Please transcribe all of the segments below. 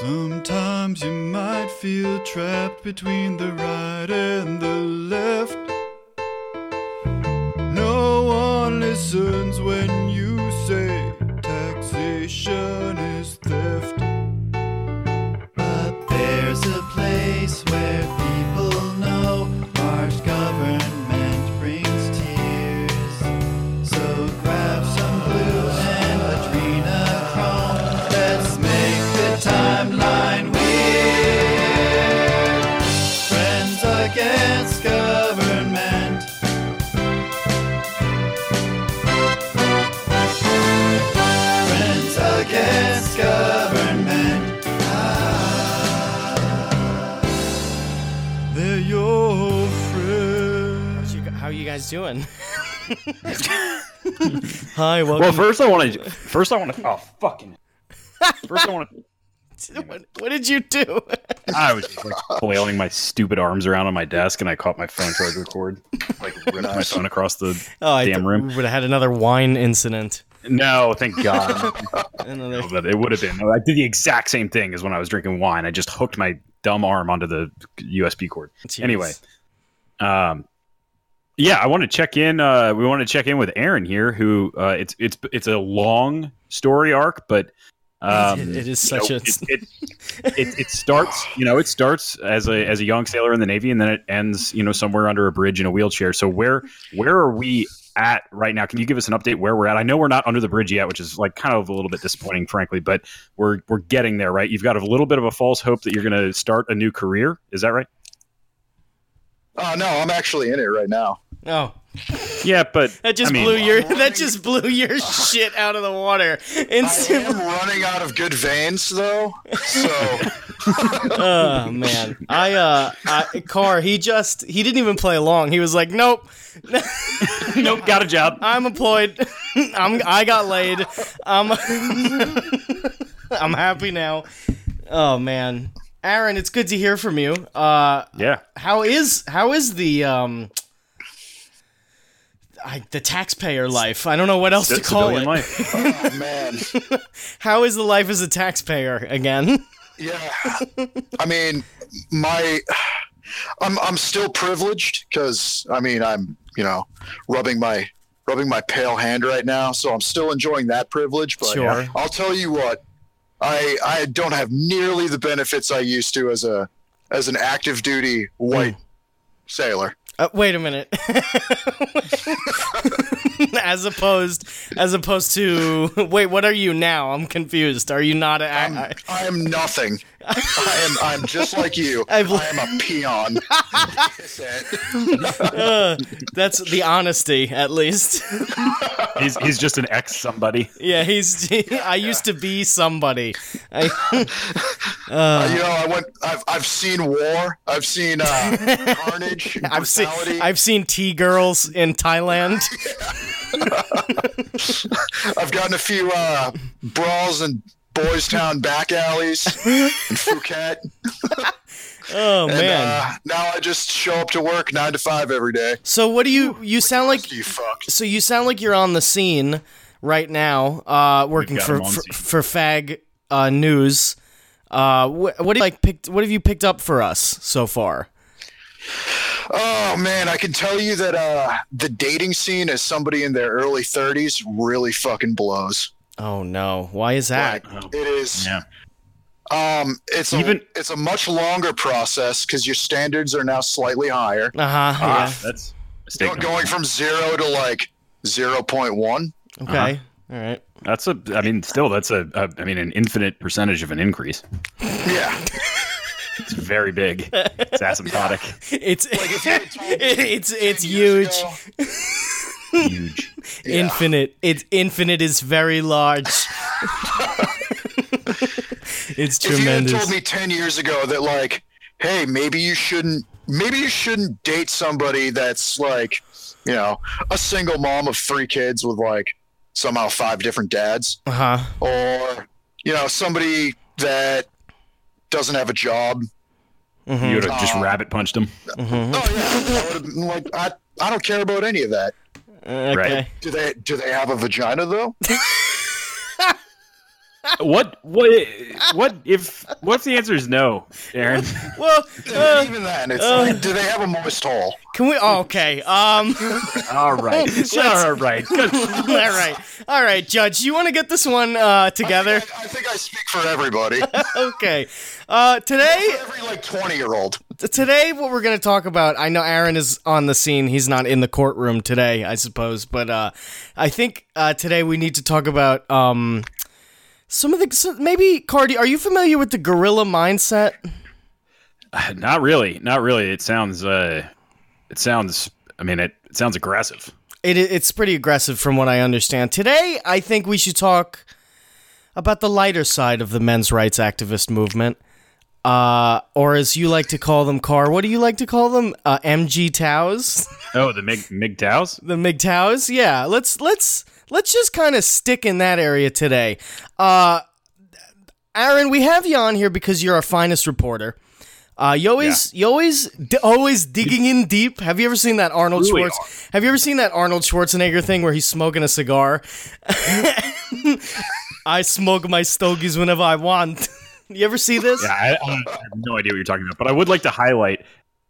Sometimes you might feel trapped between the right and the left. No one listens when you say taxation is theft. But there's a place where people know large government brings tears. So grab some blue and adrenochrome. Let's make the timeline weird. Friends against government. Friends against government. Ah. They're your friends. You- How are you guys doing? Hi, Well, welcome. first I want to. First I want to. Oh fucking. First I want to. to- what, what did you do? I was just like flailing my stupid arms around on my desk, and I caught my phone charger cord, like ripped my phone across the Oh, I damn room. would have had another wine incident. No, thank God. Another. but it would have been. I did the exact same thing as when I was drinking wine. I just hooked my dumb arm onto the USB cord. Jeez. Anyway, um, yeah, I want to check in. Uh, we want to check in with Aaron here, who uh, it's it's it's a long story arc, but um, It- it is you such know, a- it, it, it it starts you know it starts as a as a young sailor in the navy, and then it ends you know somewhere under a bridge in a wheelchair. So where where are we? At right now, can you give us an update where we're at? I know we're not under the bridge yet, which is like kind of a little bit disappointing, frankly, but we're we're getting there, right? You've got a little bit of a false hope that you're going to start a new career. Is that right? Oh no, I'm actually in it right now. oh, Yeah, but that just I mean, blew your that just blew your shit out of the water. I am Instantly. running out of good veins though, so oh man, I uh, I, Car, he just he didn't even play along. He was like, nope, nope, got a job. I'm employed. I'm I got laid. I'm I'm happy now. Oh man, Aaron, it's good to hear from you. Uh, Yeah, how is how is the um I, the taxpayer life. I don't know what else to call civilian it. life. oh, man, How is the life as a taxpayer again? yeah. I mean, my, I'm I'm still privileged because I mean I'm you know rubbing my rubbing my pale hand right now, so I'm still enjoying that privilege. But Sure. I'll tell you what, I I don't have nearly the benefits I used to as a as an active duty white sailor. Uh, wait a minute. as opposed as opposed to wait, what are you now? I'm confused. Are you not a, I'm, I am nothing. I am. I'm just like you. I've- I am a peon. That's it. uh, that's the honesty at least. He's, he's just an ex somebody. yeah, he's I used to be somebody. I, Uh, you know, I went. I've I've seen war. I've seen uh, carnage. I've seen brutality. I've seen T girls in Thailand. I've gotten a few uh, brawls in Boys Town back alleys in Phuket. Oh And, man. uh, now I just show up to work nine to five every day. So what do you you sound like You fucked. so you sound like you're on the scene right now uh working got for him on for, scene. for Fag uh news. Uh what what have you, like picked what have you picked up for us so far? Oh man, I can tell you that uh, the dating scene as somebody in their early thirties really fucking blows. Oh no. Why is that? Like, it is. Yeah. Um, it's Even- a, it's a much longer process because your standards are now slightly higher. Uh-huh. Ah, that's a mistake. Go- going from zero to like zero point one. yeah. Okay. All right. That's a. I mean, still, that's a. a. I mean, an infinite percentage of an increase. Yeah, It's very big. It's asymptotic. It's if you had told me it's it's huge. Years ago, Huge. yeah. Infinite. It's infinite is very large. it's If you had tremendous. told me ten years ago that like, hey, maybe you shouldn't, maybe you shouldn't date somebody that's like, you know, a single mom of three kids with like somehow five different dads, uh-huh. or you know, somebody that doesn't have a job Mm-hmm. You would have just Aw. rabbit punched him. Oh yeah, I would have been like I, I don't care about any of that. Okay. Right. Do they do they have a vagina though? what what what if what if the answer is no, Aaron? Well, uh, Even then, it's uh. like, do they have a moist hole? can we? oh, okay. Um. All right, all right. Good. all right. All right, Judge. You want to get this one uh, together? I, I think I speak for everybody. Okay. Uh, today, Every like twenty year old. T- today what we're going to talk about i know aaron is on the scene he's not in the courtroom today i suppose but uh, i think uh, today we need to talk about um, some of the so maybe cardi are you familiar with the gorilla mindset Not really, not really. It sounds uh, it sounds. I mean, it, it sounds aggressive. it, it- it's pretty aggressive from what i understand today i think we should talk about the lighter side of the men's rights activist movement uh, or as you like to call them, Car. What do you like to call them? Uh, MG Taos. Oh, the Mig MGTOWs? the MGTOWs. Yeah, let's let's let's just kind of stick in that area today. Uh, Aaron, we have you on here because you're our finest reporter. Uh, you always, you always, d- always digging in deep. Have you ever seen that Arnold Really Schwarz? Have you ever seen that Arnold Schwarzenegger thing where he's smoking a cigar? I smoke my stogies whenever I want. you ever see this? Yeah, I, I have no idea what you're talking about, but I would like to highlight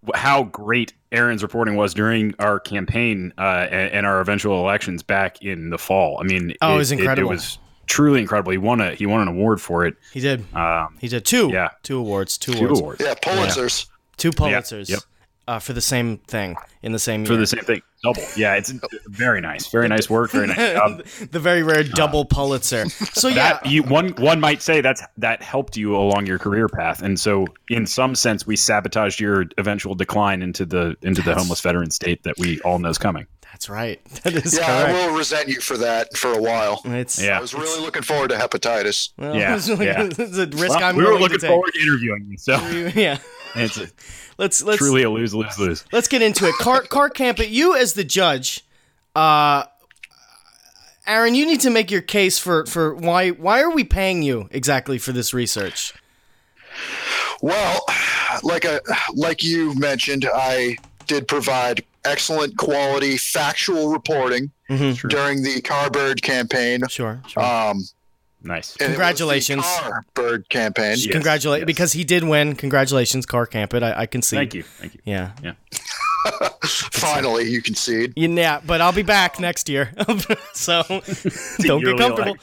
wh- how great Aaron's reporting was during our campaign uh, a- and, our eventual elections back in the fall. I mean, Oh, it was It, incredible. was truly incredible. He won a he won an award for it. He did. Um, He did two. Yeah. two awards. Two, two awards. awards Yeah, Pulitzers. Two Pulitzers. yep. Uh, for the same thing in the same year. for the same thing. Double. Yeah, it's very nice. Very nice work. Very nice job. the very rare double Pulitzer. So yeah, That you one one might say that's that helped you along your career path, and so in some sense, we sabotaged your eventual decline into the into the homeless veteran state that we all know is coming. that's right. That is Yeah, I correct. will resent you for that for a while. It's Yeah. I was really looking forward to hepatitis. well, Yeah, it's, like- yeah. it's a risk Well, I'm we were willing looking to take. forward to interviewing you, so Yeah, it's let's let's truly a lose lose lose. let's get into it. Car Car Camp, but you as the judge, uh, Aaron, you need to make your case for for why why are we paying you exactly for this research? Well, like a, like you mentioned, I did provide excellent quality factual reporting Mm-hmm. Mhm. during the Carbird campaign. Sure, sure. Uh, Um, Nice. and it was the Congratulations. Carbird campaign. yes, Congratulate yes. because he did win. Congratulations, Car Camp. It I, I can see. Thank you. Thank you. Yeah. Finally, you concede. Yeah, but I'll be back next year. so don't Yearly get comfortable.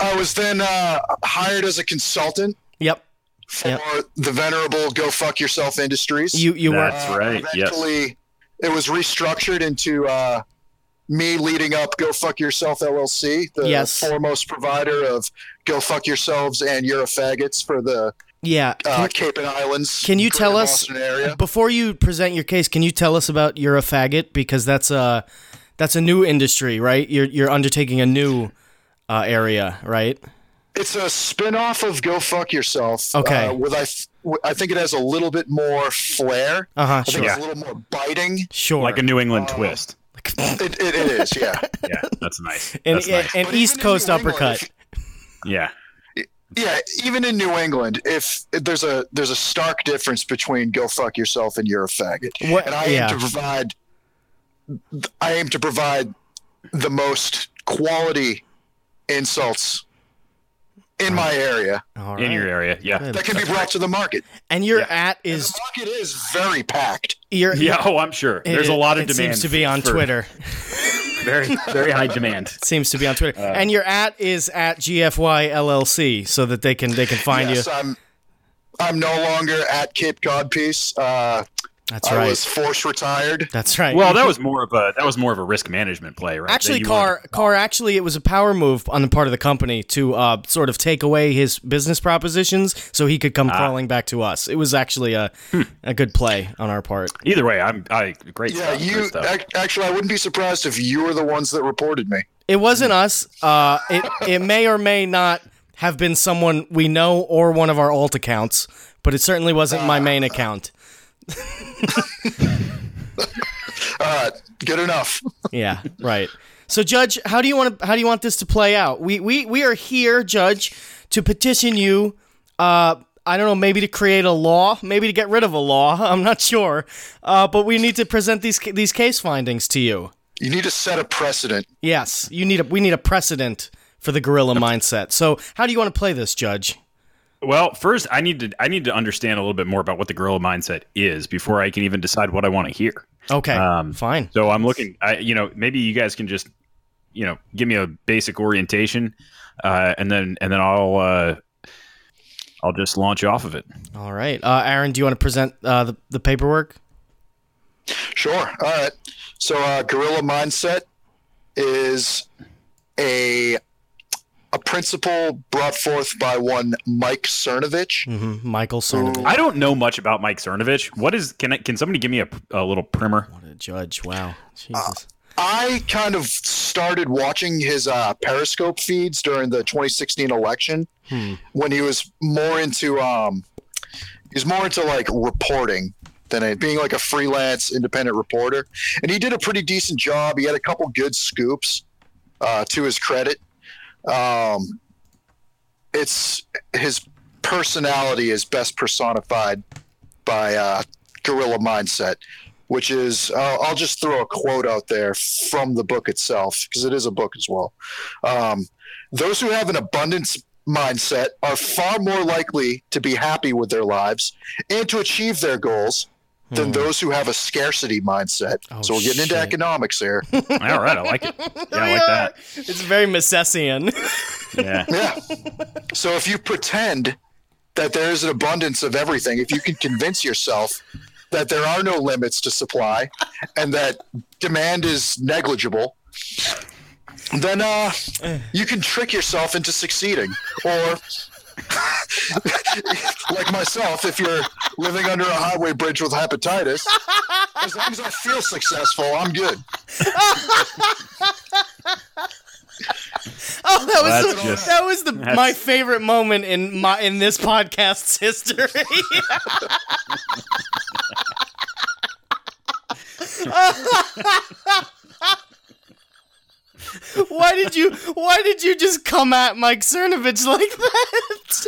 I was then uh, hired as a consultant Yep. for Yep. the venerable Go Fuck Yourself Industries. Uh, You you were That's right. Yes. Eventually, it was restructured into uh, me leading up Go Fuck Yourself LLC, the Yes. foremost provider of Go Fuck Yourselves and You're a Faggots for the yeah. uh, Can- Cape and Islands. can you greater tell us- Boston area? Before you present your case, can you tell us about you're a faggot because that's a that's a new industry, right? You're you're undertaking a new uh, area, right? It's a spin-off of Go Fuck Yourself. Okay. Uh, with I, f- w- I think it has a little bit more flair. Uh huh. I think Sure. it's a little more biting. Sure. Like a New England uh, twist. It, it, it is, yeah. Yeah, that's nice. an, That's nice. an But East even in Coast New England, uppercut. if- Yeah. yeah, even in New England, if there's a there's a stark difference between go fuck yourself and you're a faggot. What- And I yeah. aim to provide I aim to provide the most quality insults in my area All In your right. area. Yeah. that can be brought to the market. And your Yeah. at The is market is very packed. your Yeah, oh, I'm sure. There's a lot of it demand. seems to be on for- Twitter. Very, very high demand. It seems to be on Twitter. Uh, and your at is at GFY LLC so that they can they can find yes, you. I'm I'm no longer at Cape Cod Peace. Uh, That's I right. was force retired. That's right. Well, that was more of a that was more of a risk management play, right? That Actually, you Carr, wanted- Carr, actually, it was a power move on the part of the company to uh, sort of take away his business propositions so he could come Ah. crawling back to us. It was actually a, Hmm. a good play on our part. Either way, I'm I great Yeah, stuff. great you stuff. ac- actually I wouldn't be surprised if you were the ones that reported me. It wasn't Hmm. us. Uh, it, it may or may not have been someone we know or one of our alt accounts, but it certainly wasn't Ah. my main account. All right, good enough. Yeah, right. So, Judge, how do you want to, how do you want this to play out? We we we are here, Judge, to petition you. Uh, I don't know, maybe to create a law, maybe to get rid of a law. I'm not sure. Uh, but we need to present these ca- these case findings to you. You need to set a precedent. Yes, you need a we need a precedent for the gorilla mindset. So, how do you want to play this, Judge? Well, first I need to I need to understand a little bit more about what the gorilla mindset is before I can even decide what I want to hear. Okay, Um, fine. So I'm looking. I you know maybe you guys can just you know give me a basic orientation, uh, and then and then I'll uh, I'll just launch off of it. All right, uh, Aaron, do you want to present uh, the, the paperwork? Sure. All right. So, uh, gorilla mindset is a a principle brought forth by one Mike Cernovich. hmm Michael Cernovich. I don't know much about Mike Cernovich. What is can I, can somebody give me a, a little primer? What a judge! Uh, Wow, Jesus. I kind of started watching his uh, Periscope feeds during the 2016 election Hmm. when he was more into um, he was more into like reporting than it, being like a freelance independent reporter, and he did a pretty decent job. He had a couple good scoops uh, to his credit. Um, it's his personality is best personified by uh, gorilla mindset which is uh, I'll just throw a quote out there from the book itself because it is a book as well. Um, Those who have an abundance mindset are far more likely to be happy with their lives and to achieve their goals than those who have a scarcity mindset. Hmm. Oh, so we're getting into shit. economics here. All right, I like it. Yeah, I like that. It's very Misesian. Yeah. yeah. So if you pretend that there is an abundance of everything, if you can convince yourself that there are no limits to supply and that demand is negligible, then uh, you can trick yourself into succeeding. Or, like myself, if you're living under a highway bridge with hepatitis, as long as I feel successful, I'm good. Oh, that was That's the, just- that was the that's- my favorite moment in my in this podcast's history. why did you why did you just come at Mike Cernovich like that?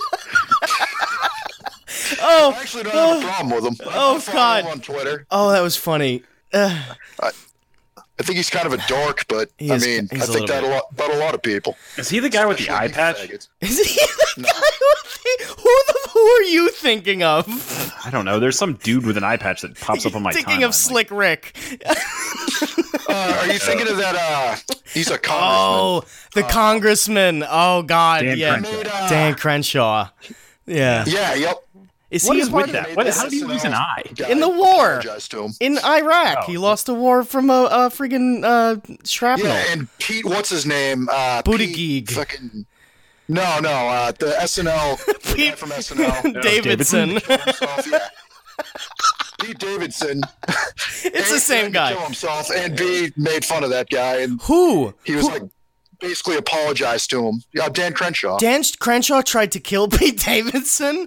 I actually don't have a problem with him. I Oh, follow him God. On Twitter. oh, that was funny. Ugh. I think he's kind of a dork, but He I is- mean, he's I a little think that a lot about a lot of people. Is he the guy with the eye patch? Faggots. Is he the guy with the, who the who are you thinking of? I don't know. There's some dude with an eye patch that pops up on my thinking timeline, of Slick Rick. Uh, are you thinking of that? Uh, he's a congressman. Oh, the congressman. Oh God, Dan yeah, Crenshaw. Made, uh, Dan Crenshaw. Yeah, Yeah. Yep. is What he is part with of- that? What, how do you lose an eye? Guy, In the war. apologize to him. in Iraq? Oh. He lost a war from a, a friggin' uh, shrapnel. Yeah, and Pete, what's his name? Uh, Pete Buttigieg. Fucking. No, no. Uh, the SNL. the guy Pete- from SNL. Davidson. Kill himself, yeah. Pete Davidson. it's the same Kill guy. himself, and B made fun of that guy, and Who? he was Who- like basically apologized to him. Yeah, Dan Crenshaw. Dan Crenshaw tried to kill Pete Davidson.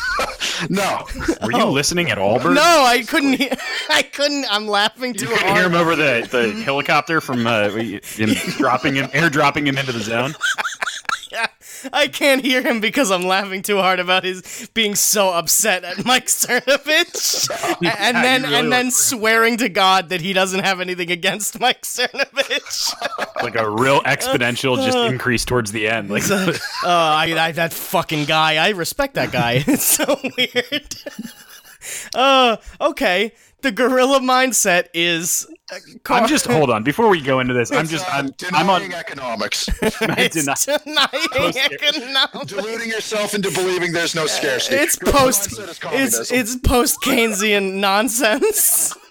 no. Were you listening at all, Bert? No, I couldn't. Hear, I couldn't. I'm laughing too You couldn't hear hard. him over the, the helicopter from uh, him dropping him, air dropping him into the zone. I can't hear him because I'm laughing too hard about his being so upset at Mike Cernovich, and and you then really and then went for swearing to God that he doesn't have anything against Mike Cernovich. Like a real exponential just increase towards the end. Like Oh, I, I, that fucking guy. I respect that guy. It's so weird. uh, okay. The gorilla mindset is. uh, I'm just hold on before we go into this. I'm just Uh, I'm denying I'm on economics. I It's deny- denying economics. deluding yourself into believing there's no scarcity. It's Your post. mindset is It's communism. it's post Keynesian nonsense.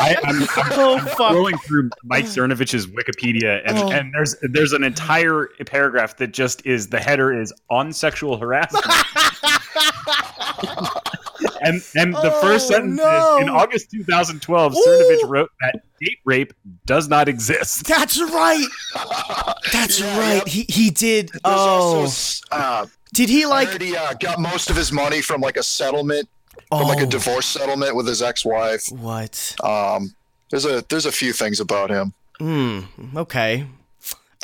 I, I'm, I'm Oh fuck! scrolling through Mike Cernovich's Wikipedia, and, Oh. and there's there's an entire paragraph that just is the header is on sexual harassment. and and the first Oh, sentence no. is in August 2012, Ooh. Cernovich wrote that date rape does not exist. That's right. That's Yeah, right. yep. He he did. There's Oh, also, uh, did he like like? already uh, got most of his money from like a settlement, Oh, from like a divorce settlement with his ex-wife. what? Um, there's a there's a few things about him. Hmm. Okay.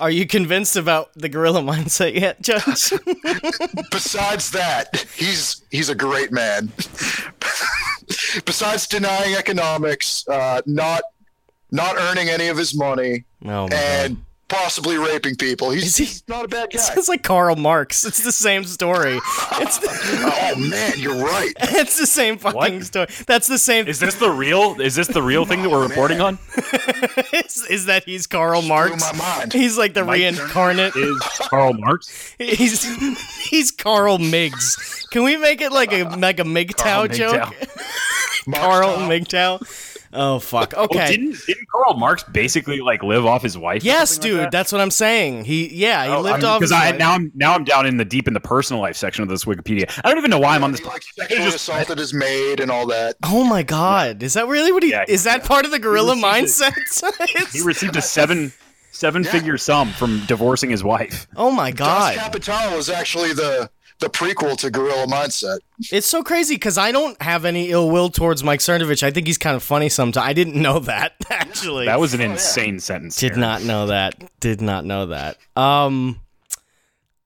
Are you convinced about the gorilla mindset yet, Judge? Besides that, he's he's a great man. Besides denying economics, uh, not not earning any of his money, No. and possibly raping people. Mm-hmm. Is He's, he- he's not a bad It guy. sounds like Karl Marx. It's the same story. It's the, oh man, you're right. it's the same fucking What? story. That's the same. Is this the real? Is this the real thing that Oh, we're reporting on? is, is that he's Karl Marx? Blew my mind. He's like the reincarnate. Is Karl Marx? He's he's Carl Miggs. Can we make it like a like a MGTOW MGTOW. joke? Carl MGTOW. Oh fuck. Okay. Well, didn't didn't Karl Marx basically like live off his wife? or yes, something dude. like that? That's what I'm saying. He yeah. He lived off. because his I wife. now I'm now I'm down in the deep in the personal life section of this Wikipedia. I don't even know why I'm on this. He, like I could've sexually just- assaulted his maid and all that. Oh my god. Is that really what he? Yeah, he- is that part of the gorilla received mindset? He It's- received a seven seven figure sum from divorcing his wife. oh my Das god. Capital is actually the the prequel to Gorilla Mindset. It's so crazy because I don't have any ill will towards Mike Cernovich. I think he's kind of funny sometimes. I didn't know that actually. That was an insane sentence. Did there. not know that. Did not know that. Um.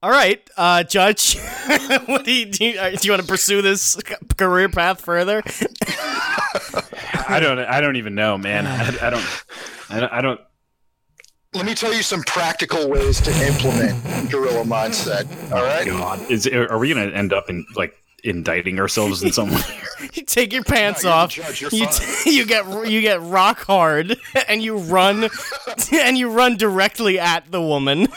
All right, uh, Judge. what do you do? You, uh, do you want to pursue this c- career path further? I don't. I don't even know, man. I, I don't. I don't. I don't Let me tell you some practical ways to implement Gorilla Mindset. All right. God, is are we gonna end up in like indicting ourselves in some way? You take your pants No, you're the off. judge, you're you you get you get rock hard, and you run, and you run directly at the woman.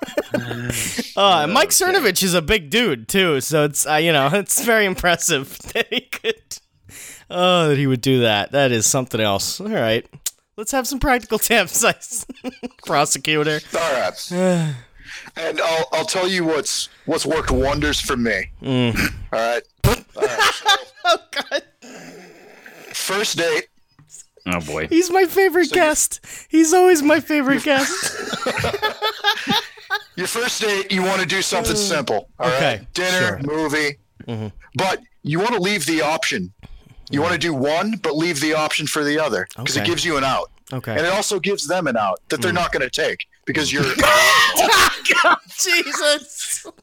uh, Mike Cernovich is a big dude too, so it's uh, you know it's very impressive that he could. Oh, that he would do that. That is something else. All right. Let's have some practical tips, I s- prosecutor. All right. and I'll I'll tell you what's what's worked wonders for me. All right. Mm. Oh, God. First date. Oh boy. He's my favorite guest. He's always my favorite guest. Your first date, you want to do something simple. All right. okay, Mm-hmm. Dinner, movie. But you want to leave the option. You want to do one, but leave the option for the other because Okay. it gives you an out. Okay. Mm. And it also gives them an out that they're not going to take because you're. Jesus.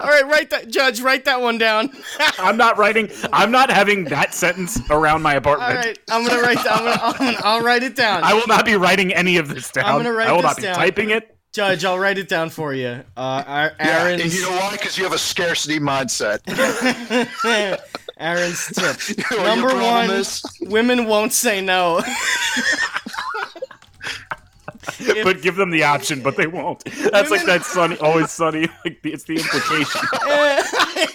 All right, write that, Judge. Write that one down. I'm not writing. I'm not having that sentence around my All apartment. right, I'm gonna write. I'm gonna, I'm gonna. I'll write it down. I will not be writing any of this down. I'm gonna write I will this not be down. typing it. Judge, I'll write it down for you. Uh, Ar- Yeah, Aaron's, and you know why? Because you have a scarcity mindset. Aaron's tip. You know what your Number problem one, is? women won't say no. but give them the option, but they won't. That's like that sunny, always sunny. Like the, it's the implication.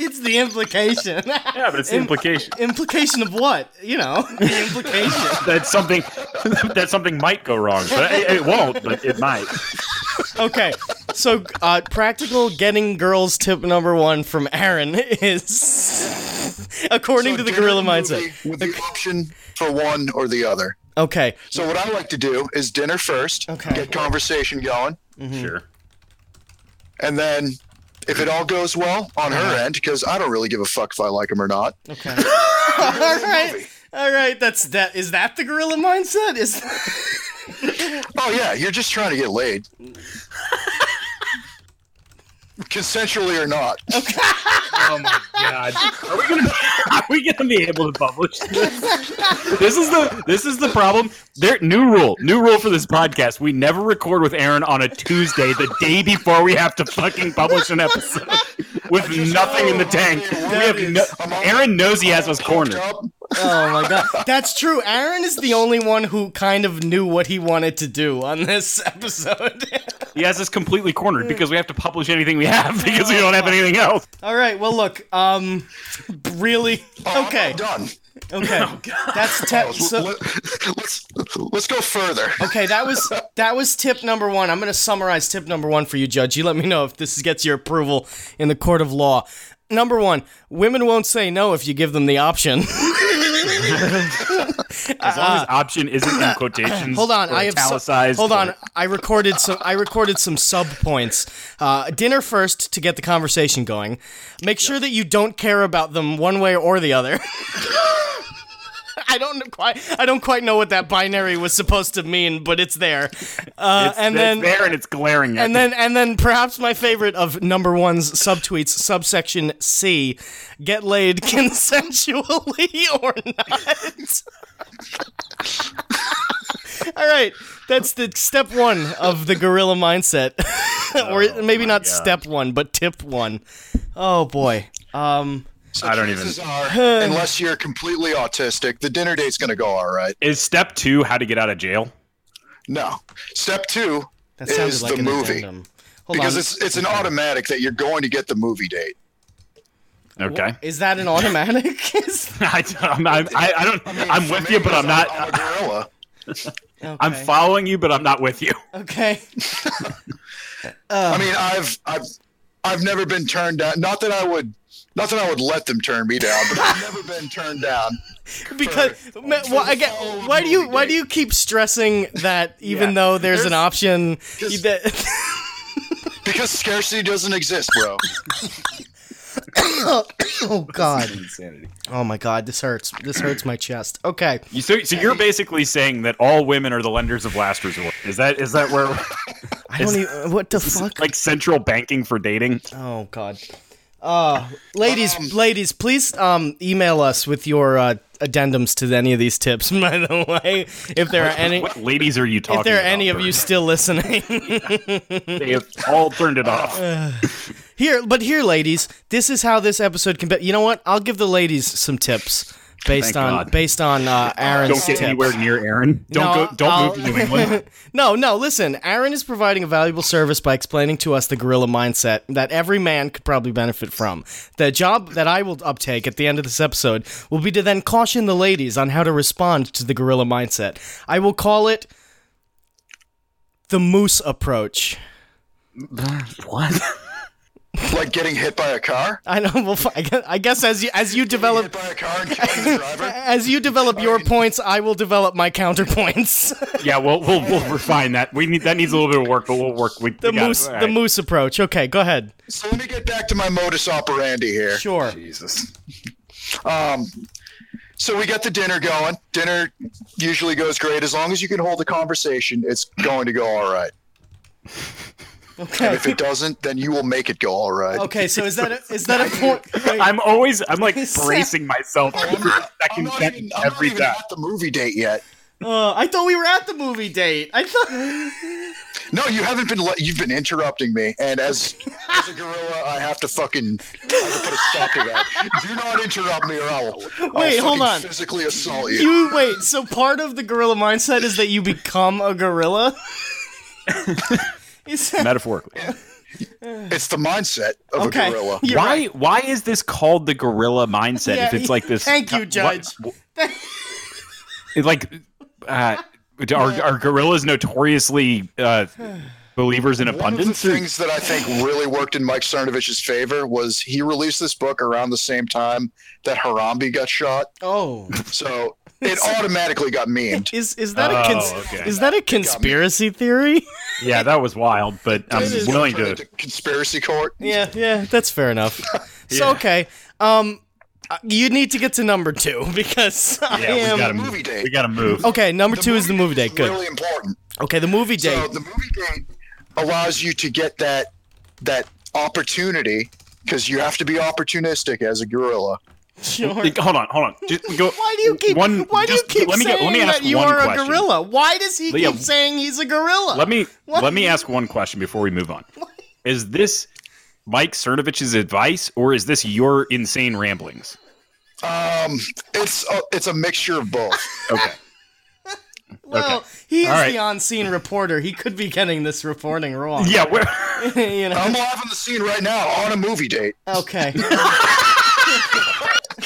it's the implication. Yeah, but it's the implication implication of what? You know, the implication. that something that something might go wrong. But it, it won't. But it might. Okay, so uh, practical getting girls tip number one from Aaron is, according So to the dinner Gorilla and Mindset. movie With the option for one or the other. Okay, So what I like to do is dinner first, Okay. get conversation going, Sure. and then if it all goes well on her Uh-huh. end, because I don't really give a fuck if I like him or not. okay. all right, all right. That's that. Is that the Gorilla Mindset? Is Oh yeah, you're just trying to get laid, consensually or not. Oh my god. Are we gonna are we gonna be able to publish this? This is the this is the problem. There new rule. New rule for this podcast. We never record with Aaron on a Tuesday, the day before we have to fucking publish an episode. With nothing in the tank. We have no, Aaron knows he has us cornered. Up. oh my god, that's true. Aaron is the only one who kind of knew what he wanted to do on this episode. He has us completely cornered because we have to publish anything we have because we don't have anything else. all right. Well, look. Um, really. Oh, Okay. I'm done. Okay. That's te- so- Let, us let's go further. Okay, that was that was tip number one. I'm going to summarize tip number one for you, Judge. You let me know if this gets your approval in the court of law. Number one, women won't say no if you give them the option. As long as option isn't in quotations. Uh, Hold on, or I have so- italicized. hold on. or- I recorded some. I recorded some sub points. Uh, dinner first to get the conversation going. Make sure that you don't care about them one way or the other. I don't quite I don't quite know what that binary was supposed to mean, but it's there. Uh, It's- and it's then there and it's glaring. At and me. then and then perhaps my favorite of number one's subtweets, subsection C, get laid consensually or not. All right, that's the step one of the gorilla mindset, or Oh maybe not step one, but tip one. Oh boy. Um. So I don't even- chances Are, unless you're completely autistic, the dinner date's going to go all right. is step two how to get out of jail? No. Step two That sounded is like the an movie addendum. Hold because on. it's it's an automatic that you're going to get the movie date. Okay, Is that an automatic? Is- I, I'm, I'm, I, I don't. I'm with you, but I'm not. I'm a gorilla. okay. I'm following you, but I'm not with you. Okay. I mean, I've I've I've never been turned down. Not that I would. Not that I would let them turn me down, but I've never been turned down. Because ma- why, again, full why do you movie why date. do you keep stressing that even Yeah. though there's, an There's- option Just- that- Because scarcity doesn't exist, bro. Oh god. Insanity. Oh my god, this hurts. This hurts my chest. Okay. You- So, so you're basically saying that all women are the lenders of last resort. Is that is that where I don't even what the fuck? like central banking for dating? Oh god. Uh, ladies, ladies, please um, email us with your uh, addendums to any of these tips. By the way, if there are any, What ladies are you talking? if there are about, any of you Bert? still listening, they have all turned it off. Here, but here, ladies, this is how this episode can be. You know what? I'll give the ladies some tips based Thank on God. based on uh, Aaron's don't get tips. anywhere near Aaron. Don't No, go. Don't I'll- move to New England. No, no. Listen, Aaron is providing a valuable service by explaining to us the gorilla mindset that every man could probably benefit from. The job that I will uptake at the end of this episode will be to then caution the ladies on how to respond to the gorilla mindset. I will call it the moose approach. what? Like getting hit by a car. I know. Well, I guess, I guess as you as you develop Hit by a car and killing the driver. As you develop your points, I will develop my counterpoints. Yeah, we'll we'll we'll refine that. We need that needs a little bit of work, but we'll work. We, the moose, the moose approach. Okay, go ahead. So let me get back to my modus operandi here. Sure. Jesus. Um, so we got the dinner going. Dinner usually goes great as long as you can hold the conversation. It's going to go all right. Okay. If it doesn't, then you will make it go all right. Okay. So is that a, is that a point? wait, I'm always I'm like Sam- bracing myself I'm for a not, second I'm not even, sentence I'm not every even time. at the movie date yet. uh, I thought we were at the movie date. I thought. No, you haven't been. le- You've been interrupting me, and as as a gorilla, I have to fucking I have to put a stop to that. Do not interrupt me, or I'll Wait, I'll hold fucking on. Physically assault you. You wait. So part of the gorilla mindset is that you become a gorilla. Is that- Metaphorically, It's the mindset of okay. a gorilla. You're why right. why is this called the gorilla mindset? Yeah, if it's like this, thank you, what- Judge. it like, uh, are are gorillas notoriously uh, believers in One of the abundance? or- things that I think really worked in Mike Cernovich's favor was he released this book around the same time that Harambe got shot, Oh. so it automatically got memed. Is is that a Oh, cons- okay. is that a conspiracy theory? Yeah, that was wild, but I'm This is gonna willing turn to. into conspiracy court. Yeah, yeah, that's fair enough. So Yeah. okay, um, uh, you need to get to number two because I Yeah, we am. gotta, movie date. we gotta move. Okay, um, number two is the movie date. Good. Really important. Okay, the movie date. So the movie date allows you to get that that opportunity because you have to be opportunistic as a gorilla. sure. Like, hold on, hold on. Just go. Why do you keep? One, why do just, you keep let me saying get, let me ask that you one are question. a gorilla? Why does he Yeah. keep saying he's a gorilla? Let me What? let me ask one question before we move on. Is this Mike Cernovich's advice, or is this your insane ramblings? Um, it's a, it's a mixture of both. Okay. Well, he is All right. the on-scene reporter. He could be getting this reporting wrong. Yeah. Where, you know. I'm live on the scene right now on a movie date. Okay.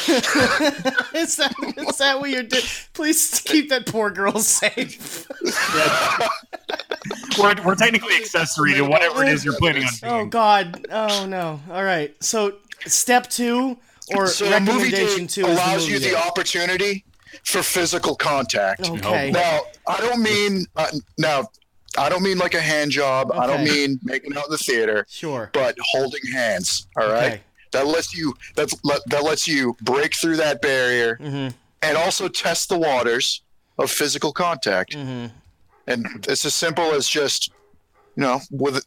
is that is that what you're doing? Please keep that poor girl safe. we're, we're technically accessory to whatever it is you're planning Oh on doing. God! Oh no! All right. So step two or So a movie recommendation date two is allows the movie you the date. opportunity for physical contact. Okay. Now, I don't mean uh, now, I don't mean like a hand job. I don't Okay. mean making out in the theater, Sure. but holding hands. All right, Okay. that lets you that's let, that lets you break through that barrier Mhm. and also test the waters of physical contact. Mm. Mm-hmm. And it's as simple as just, you know, with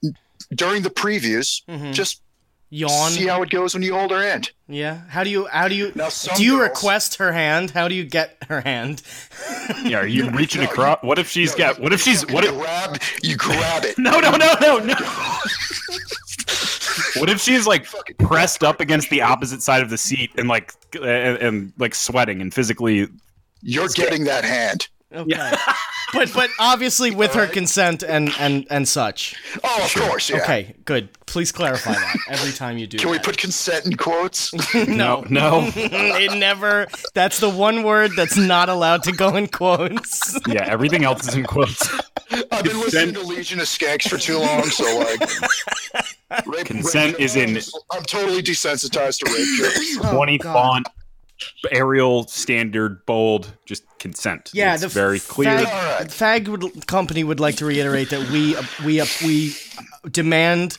during the previews, Mm. just Mm-hmm. Yawn. see how it goes when you hold her hand. Yeah. How do you? How do you? Now, some do you girls- request her hand? How do you get her hand? Yeah, are you reaching across? What if she's got? What if she's? What? you If, grab, you grab it. no, no, no, no, no. what if she's like pressed up against the opposite side of the seat and like and, and like sweating and physically? You're getting that hand. Okay. but but obviously with her consent and and and such. Oh, of course. Yeah. Okay. Good. Please clarify that every time you do. Can we that. put consent in quotes? No, no. it never. That's the one word that's not allowed to go in quotes. yeah, everything else is in quotes. Oh, I've been listening to Legion of Skanks for too long, so like. rape- Consent rape is in- jokes- I'm totally desensitized to rape jokes. Twenty God. font, Arial, standard, bold, just consent. Yeah, it's the very clear. Fag, Alright. Fag would, company would like to reiterate that we uh, we uh, we demand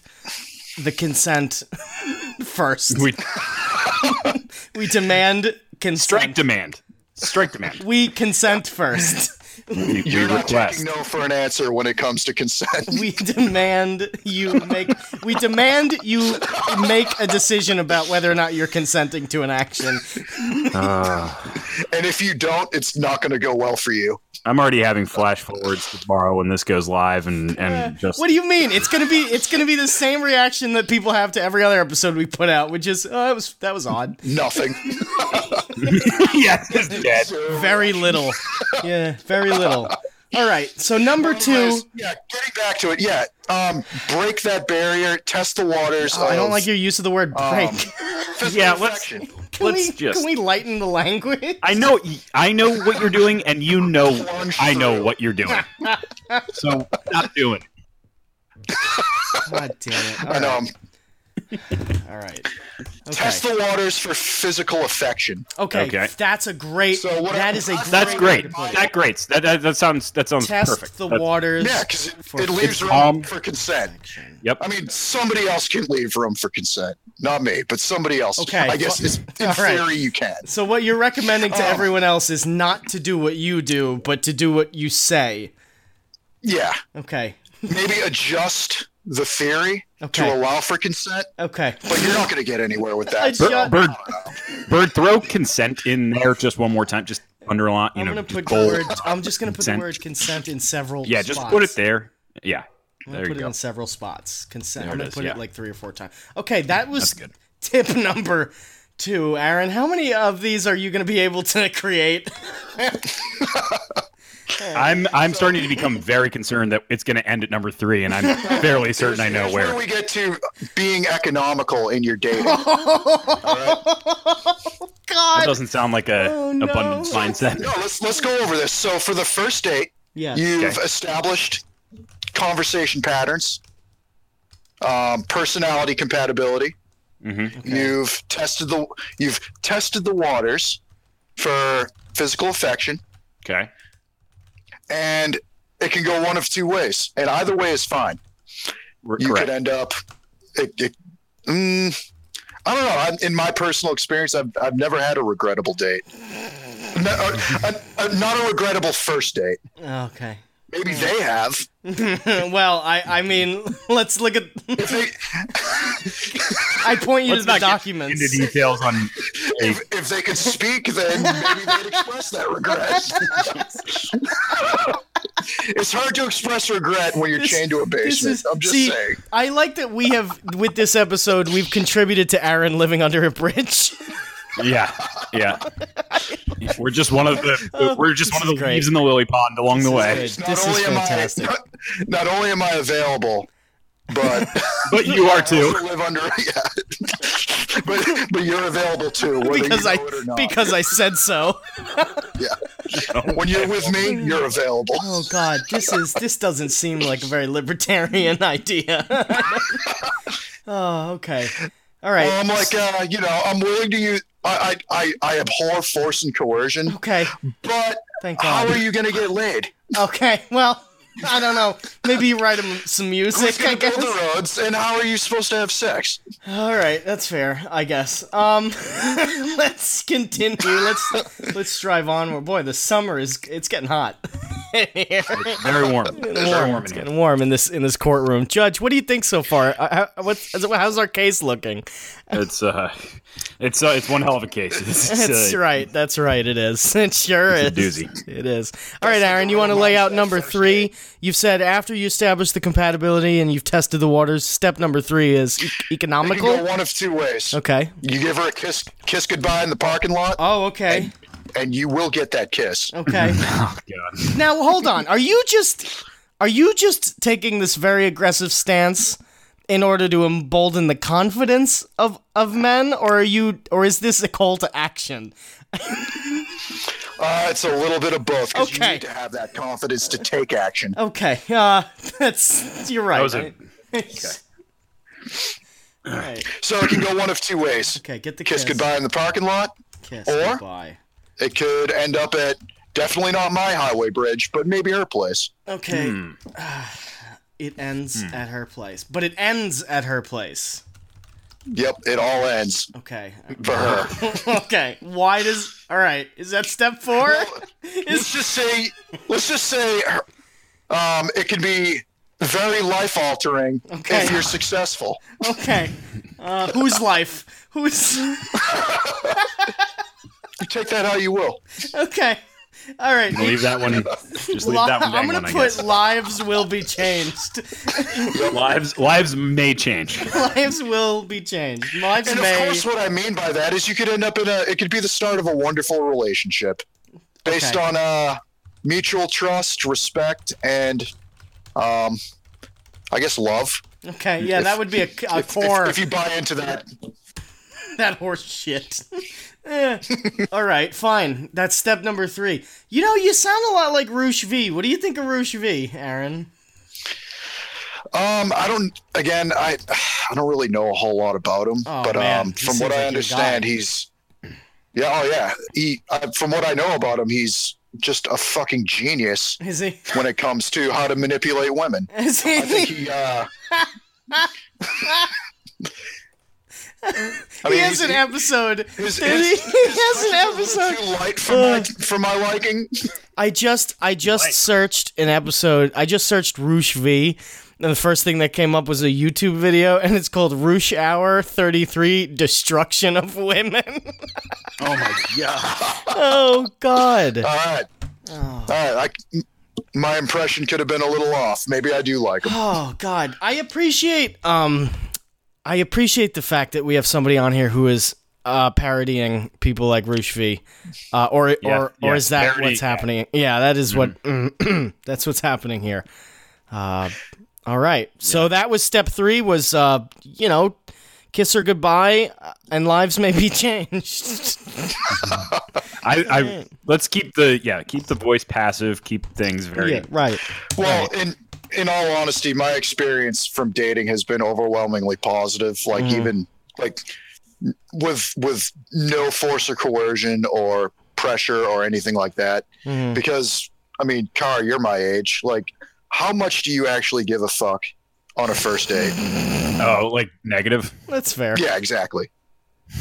the consent first. We, we demand consent. strike demand. Strike demand. we consent first. We, we You're not request. taking no for an answer when it comes to consent. We demand you make. We demand you make a decision about whether or not you're consenting to an action. And if you don't, it's not going to go well for you. I'm already having flash forwards to tomorrow when this goes live, and and just Uh, What do you mean? It's gonna be it's gonna be the same reaction that people have to every other episode we put out, which is oh, that was that was odd. Nothing. yeah, it's dead. Very little. Yeah, very little. All right. So number two. yeah, getting back to it. Yeah, um, break that barrier. Test the waters. Oh, I don't of like your use of the word break. physical Yeah, let's- affection. can Um, let's we just- can we lighten the language? I know, I know what you're doing, and you know, I know what you're doing. So not doing. it. God damn it. All I right. know. All right. um, Test Okay. the waters for physical affection. Okay. Okay. That's a great. So what that I- is a. That's great. way to great. put it. That great. That that, that sounds that sounds Test perfect. the That's- waters. Yeah, because it, for it leaves It's room calm. for consent. Yep. I mean, somebody else can leave room for consent. Not me, but somebody else. Okay. I guess it's, All in right. theory you can. So what you're recommending Oh. to everyone else is not to do what you do, but to do what you say. Yeah. Okay. Maybe adjust the theory Okay. to allow for consent, Okay. but you're not going to get anywhere with that. Adjust- so- mean- bird, bird, throw consent in there just one more time. Just underline. You I'm know, gonna just put the bold. word. I'm just gonna put the Consent. word consent in several. Yeah, just spots. put it there. Yeah, I'm there gonna you put it go. in several spots. Consent. There I'm it gonna is, put yeah. it like three or four times. Okay, that was good. tip number two. Aaron, how many of these are you gonna be able to create? I'm I'm starting to become very concerned that it's going to end at number three, and I'm fairly certain I know Here's where. we get to being economical in your dating. That God. doesn't sound like a Oh, no. abundance mindset. no, let's let's go over this. So for the first date, Yeah. you've Okay. established conversation patterns, um, personality compatibility. Mm-hmm. You've tested the you've tested the waters for physical affection, Okay. and it can go one of two ways, and either way is fine. We're- you correct. could end up. It, it, mm, I don't know. I'm, in my personal experience, I've, I've never had a regrettable date. No, uh, uh, uh, not a regrettable first date. Okay. Maybe they have. well, I I mean, let's look at. If they I point you to Let's the not get documents. into details on. if, if they could speak, then maybe they'd express that regret. it's hard to express regret when you're This- chained to a this basement. is- I'm just see, saying. I like that we have with this episode we've contributed to Aaron living under a bridge. Yeah, yeah. We're just one of the we're just one of the Oh, great. leaves in the lily pond along the way. Good. Not This is only am fantastic. I not only am I available, but But you are too. also live under yeah. but but you're available too, whether because you know I it or not. because I said so. when you're with me, you're available. Oh God, this is this doesn't seem like a very libertarian idea. oh, okay. All right. Well, I'm like, uh, you know, I'm willing to use. I, I, I I abhor force and coercion, okay. but Oh, Thank how God. are you going to get laid? Okay. Well, I don't know. Maybe write him some music. I Gonna build guess. the roads, and how are you supposed to have sex? All right, that's fair. I guess. Um, let's continue. Let's let's drive onward. Boy, the summer is it's getting hot in here. Very warm. Very warm in here. Getting warm in this in this courtroom. Judge, what do you think so far? Uh, How, what, how's our case looking? It's uh, it's uh, it's one hell of a case. It's, it's, That's uh, right. That's right. It is. It sure It's a is. doozy. It is. All right, Aaron. You want to lay out number three? You've said after you establish the compatibility and you've tested the waters. Step number three is e- You can go economical. one of two ways. Okay. You give her a kiss, kiss goodbye in the parking lot, Oh, okay. and you will get that kiss. Okay. Oh, God. now hold on. Are you just are you just taking this very aggressive stance in order to embolden the confidence of of men, or are you, or is this a call to action? Uh, it's a little bit of both because Okay. you need to have that confidence to take action. Okay. Uh, that's you're right. was a- okay. All right. So it can go one of two ways. Okay. Get the Kiss goodbye in the parking lot. Kiss or- goodbye. It could end up at definitely not my highway bridge, but maybe her place. Okay. Hmm. uh, It ends at her place, but it ends at her place. Yep, it all ends Okay. for her. okay. Why does? All right. Is that step four? let's just say, let's just say, her- um, it can be very life altering Okay. if you're successful. Okay. Uh, whose life? Who's? You take that how you will. Okay. All right. Leave that one. Just leave Li- that one. I'm dangling, gonna I put guess. lives will be changed. lives. Lives may change. lives will be changed. Lives And may. of course, what I mean by that is you could end up in a. It could be the start of a wonderful relationship, based Okay. on uh, mutual trust, respect, and um, I guess love. okay. Yeah, that would be a, a If- core. If, if you buy into that, that horse shit. Eh. All right, fine. That's step number three. You know, you sound a lot like Roosh V. What do you think of Roosh V, Aaron? um, I don't. Again, I I don't really know a whole lot about him, Oh, but man. um, He from seems what like I your understand, guy. he's yeah, oh yeah. He I, from what I know about him, he's just a fucking genius Is he? when it comes to how to manipulate women. Is I think he? he. Uh, I He mean, has he's- an he- episode. His, Dude, he- his- he his has an touch is a little episode. Oh. Too light for my for my liking. I just I just searched an episode. I just searched Roosh V. And the first thing that came up was a YouTube video, and it's called Roosh Hour 33 Destruction of Women. Oh my god. oh, God. All right, Oh. all right. I, my impression could have been a little off. Maybe I do like him. Oh God, I appreciate um, I appreciate the fact that we have somebody on here who is uh, parodying people like Roosh V, uh, or or Yeah, or yeah, is that parody. Mm-hmm. what's happening? Yeah, that is what that's what's happening here. Uh, all right, so that was step three. Was uh, you know, kiss her goodbye, uh, and lives may be changed. I, I let's keep the yeah keep the voice passive. Keep things very. yeah, right. Well, in in all honesty, my experience from dating has been overwhelmingly positive. Like Mm-hmm. even like with with no force or coercion or pressure or anything like that. Mm-hmm. Mhm. Because I mean, Car, you're my age. Like, how much do you actually give a fuck on a first date? Oh, like negative. That's fair. Yeah, exactly.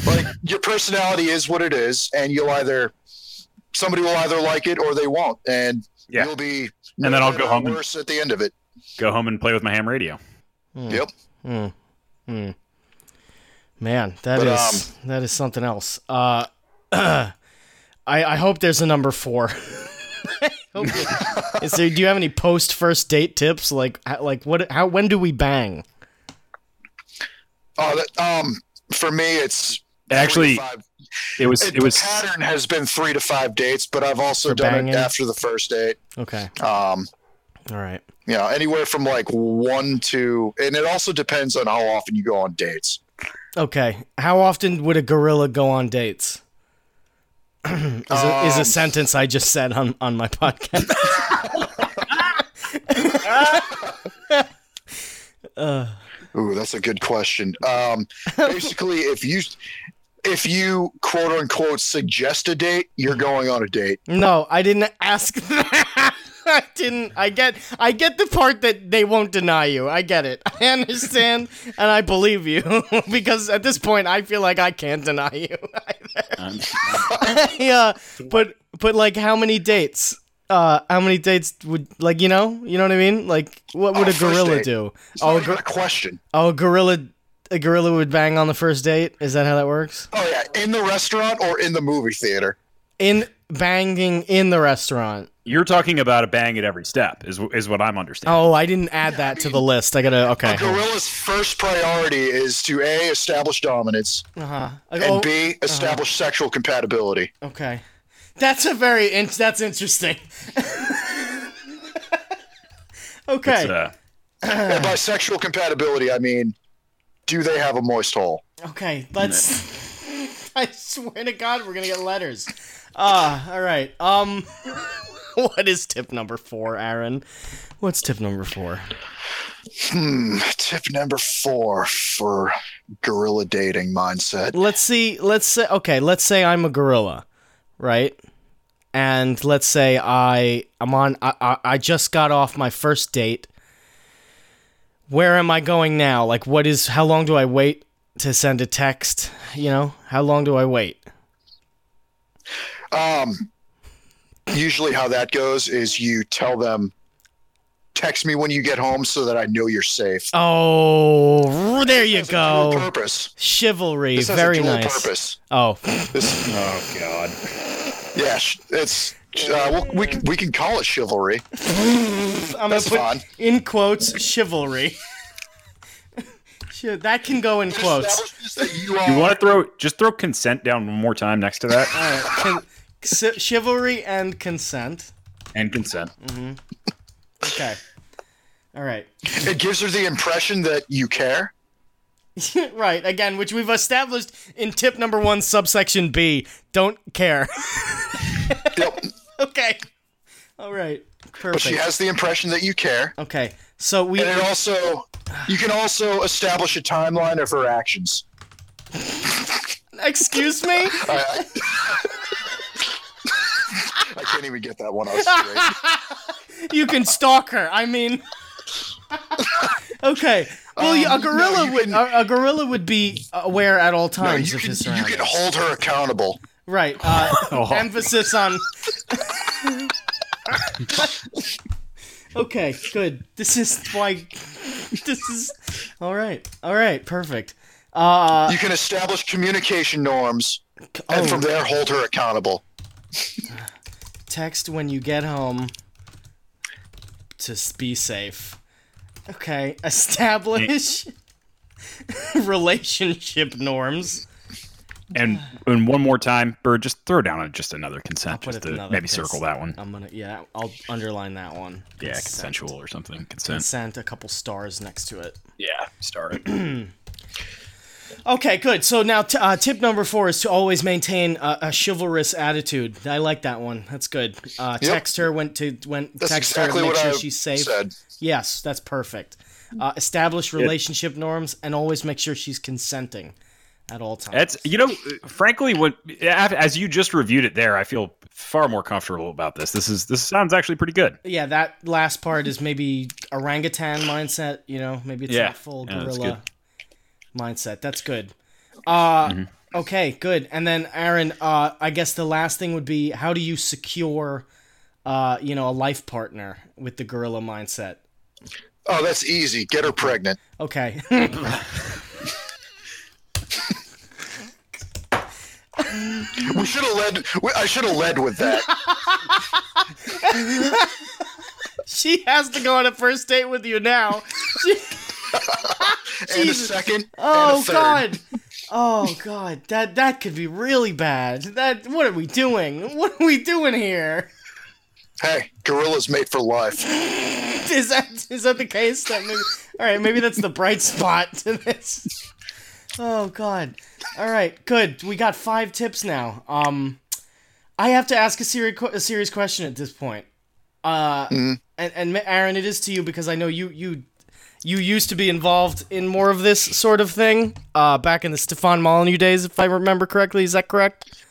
Like your personality is what it is, and you'll either somebody will either like it or they won't, and Yeah. you'll be And then I'll go better or home and- worse at the end of it. Go home and play with my ham radio. Hmm. Yep. Man, that is But, um, that is something else. Uh, I I hope there's a number four. Hope- is there? Do you have any post first date tips? Like h- like what? How? When do we bang? Oh, that, um, for me, it's Actually, three to five. it was It, it was the pattern has been three to five dates, but I've also For done banging? it after the first date. Okay, Um, all right. you know, anywhere from like one to, and it also depends on how often you go on dates. Okay, how often would a gorilla go on dates? is, a, is a Um, sentence I just said on on my podcast. Ooh, that's a good question. Um, basically, if you if you quote unquote suggest a date, you're going on a date. No, I didn't ask that. I didn't. I get. I get the part that they won't deny you. I get it. I understand, and I believe you because at this point, I feel like I can't deny you. Um, yeah, but but like, how many dates? Uh, how many dates would like you know? You know what I mean? Like, what would Oh, a first gorilla date. do? It's Oh, not a even gor- a question. oh, a gorilla. A gorilla would bang on the first date. Is that how that works? Oh yeah, in the restaurant or in the movie theater. In banging in the restaurant. You're talking about a bang at every step, is is what I'm understanding. Oh, I didn't add that to the list. I gotta okay. A gorilla's first priority is to a establish dominance Uh-huh. Like, and oh, b establish sexual compatibility. okay. That's a very in- that's interesting. okay. It's, uh, And by sexual compatibility, I mean, do they have a moist hole? Okay, let's. I swear to God, we're gonna get letters. Ah, all right. Um, what is tip number four, Aaron? What's tip number four? Hmm. Tip number four for gorilla dating mindset. Let's see. Let's say okay. Let's say I'm a gorilla, right? And let's say I I'm on. I I, I just got off my first date. Where am I going now? Like, what is? How long do I wait to send a text? You know, how long do I wait? Um, usually, how that goes is you tell them, "Text me when you get home so that I know you're safe." Oh, there you go. Dual purpose. Chivalry, This has a very dual nice. purpose. Oh, This, oh God. yeah, sh- it's uh, we'll, we can- we can call it chivalry. I'm gonna That's put fine. in quotes chivalry. Shit, that can go in quotes. Establishes that you are You want to throw just throw consent down one more time next to that, All right, con- chi- chivalry and consent. and consent. Okay. All right. It gives her the impression that you care. right. Again, which we've established in tip number one, subsection B. Don't care. Yep. okay. All right. Perfect. She has the impression that you care. okay. So we. And it also you can also establish a timeline of her actions. Excuse me. I can't even get that one out straight. you can stalk her. I mean, okay. Well, yeah, a Um, no, gorilla you would can- a, a gorilla would be aware at all No, times you, of can, his you surroundings. can hold her accountable. right. Uh, Oh. Emphasis on. okay. Good. This is why. This is all right. All right. Perfect. Uh, You can establish communication norms and from oh, there hold her accountable. text when you get home. To s- be safe. Okay. Establish relationship norms. And and one more time, Bird, just throw down on just another consent, put just it to another maybe cons- circle that one. I'm gonna yeah, I'll underline that one. Yeah, Consent. consensual or something. Consent. Consent, a couple stars next to it. Yeah, start. Okay, good. So now t- uh, tip number four is to always maintain a, a chivalrous attitude. I like that one. That's good. Uh, Yep. Text her when to when That's text exactly her make what sure I she's safe. said. Yes, that's perfect. Uh, establish relationship norms and always make sure she's consenting at all times. That's you know, frankly, when as you just reviewed it there, I feel far more comfortable about this. This is this sounds actually pretty good. yeah, that last part is maybe orangutan mindset. You know, maybe it's Yeah. not full Yeah, that's gorilla mindset. That's good. Uh, Okay, good. And then Aaron, uh, I guess the last thing would be how do you secure, uh, you know, a life partner with the gorilla mindset? Oh, that's easy. Get her pregnant. Okay. We should have led. we- I should have led with that. she has to go on a first date with you now. She- and a Jesus. second. and oh a third. god. Oh god. That that could be really bad. That what are we doing? What are we doing here? Hey, gorillas mate for life. is that is that the case? That maybe, all right, maybe that's the bright spot to this. Oh God! All right, good. We got five tips now. Um, I have to ask a serious a serious question at this point. Uh, Mm-hmm. and and Ma- Aaron, it is to you because I know you you you used to be involved in more of this sort of thing. Uh, back in the Stefan Molyneux days, if I remember correctly, is that correct?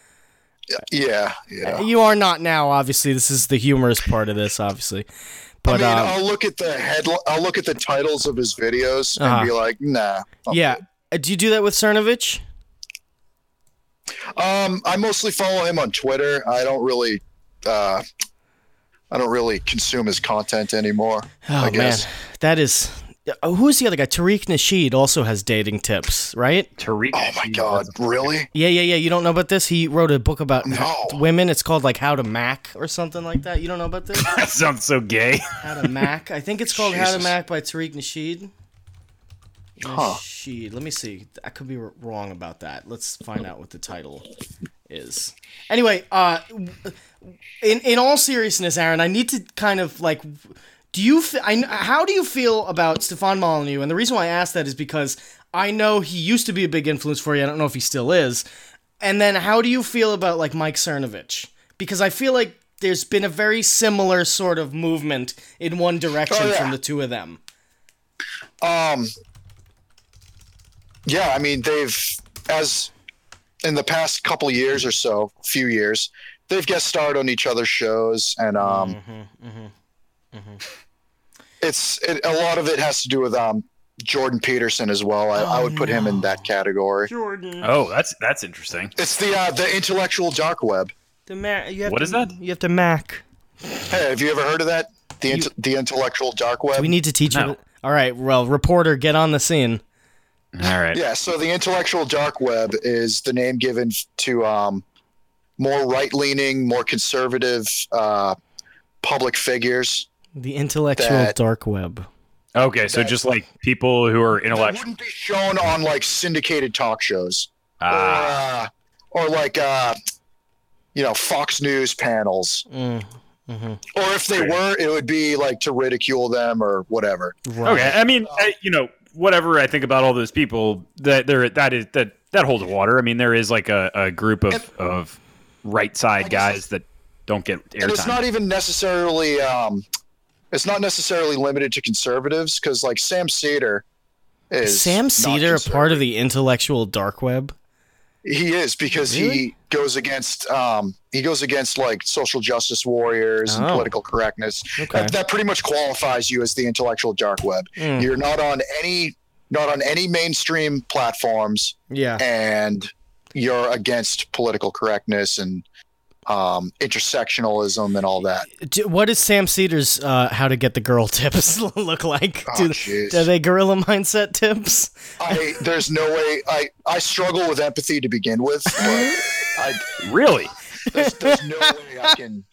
yeah, yeah. You are not now, obviously. This is the humorous part of this, obviously. I But mean, um, I'll look at the head. I'll look at the titles of his videos Uh-huh. and be like, nah. I'm yeah, Uh, do you do that with Cernovich? Um, I mostly follow him on Twitter. I don't really, uh, I don't really consume his content anymore. Oh I guess. man, that is. Uh, who's the other guy? Tariq Nasheed also has dating tips, right? Tariq. Oh my god, really? Yeah, yeah, yeah. You don't know about this? He wrote a book about No. women. It's called like How to Mac or something like that. You don't know about this? That sounds so gay. How to Mac. I think it's called How to Jesus. Mac by Tariq Nasheed. Huh. Nasheed. Let me see. I could be r- wrong about that. Let's find out what the title is. Anyway, uh, w- in in all seriousness, Aaron, I need to kind of like. Do you? F- I kn- how do you feel about Stefan Molyneux? And the reason why I asked that is because I know he used to be a big influence for you. I don't know if he still is. And then how do you feel about like Mike Cernovich? Because I feel like there's been a very similar sort of movement in one direction Oh, yeah. from the two of them. Um, yeah, I mean, they've as in the past couple years or so, few years, they've guest starred on each other's shows, and Mm. um, Mm-hmm, it's it, a lot of it has to do with um Jordan Peterson as well. I, I would put him in that category. Jordan, Oh, that's that's interesting. It's the uh, the intellectual dark web. the ma- you have What to, is that? You have to Mac. Hey, have you ever heard of that? The int- the intellectual dark web. We need to teach No. you. All right, well, reporter, get on the scene. All right. yeah. So the intellectual dark web is the name given to um, more right leaning, more conservative uh, public figures. The intellectual That- dark web. Okay, so just like people who are That intellectual. wouldn't be shown on like syndicated talk shows Ah, or, uh, or like uh, you know Fox News panels. Mm, Or if they Right. were, it would be like to ridicule them or whatever. right. okay. I mean, I, you know, whatever I think about all those people, that there, that is that that holds water. I mean, there is like a, a group of of right side guys that don't get and it's airtime. not even necessarily um, it's not necessarily limited to conservatives because like Sam Cedar Is is Sam not Cedar a conservative. part of the intellectual dark web? He is because Really? he goes against um, he goes against like social justice warriors and Oh. political correctness. Okay. That, that pretty much qualifies you as the intellectual dark web. Mm. You're not on any not on any mainstream platforms Yeah. and you're against political correctness and um, intersectionalism and all that. Do, what is Sam Cedar's uh, how to get the girl tips look like? Oh, do, jeez. are they gorilla mindset tips? I there's no way I I struggle with empathy to begin with, but I Really? there's, there's no way I can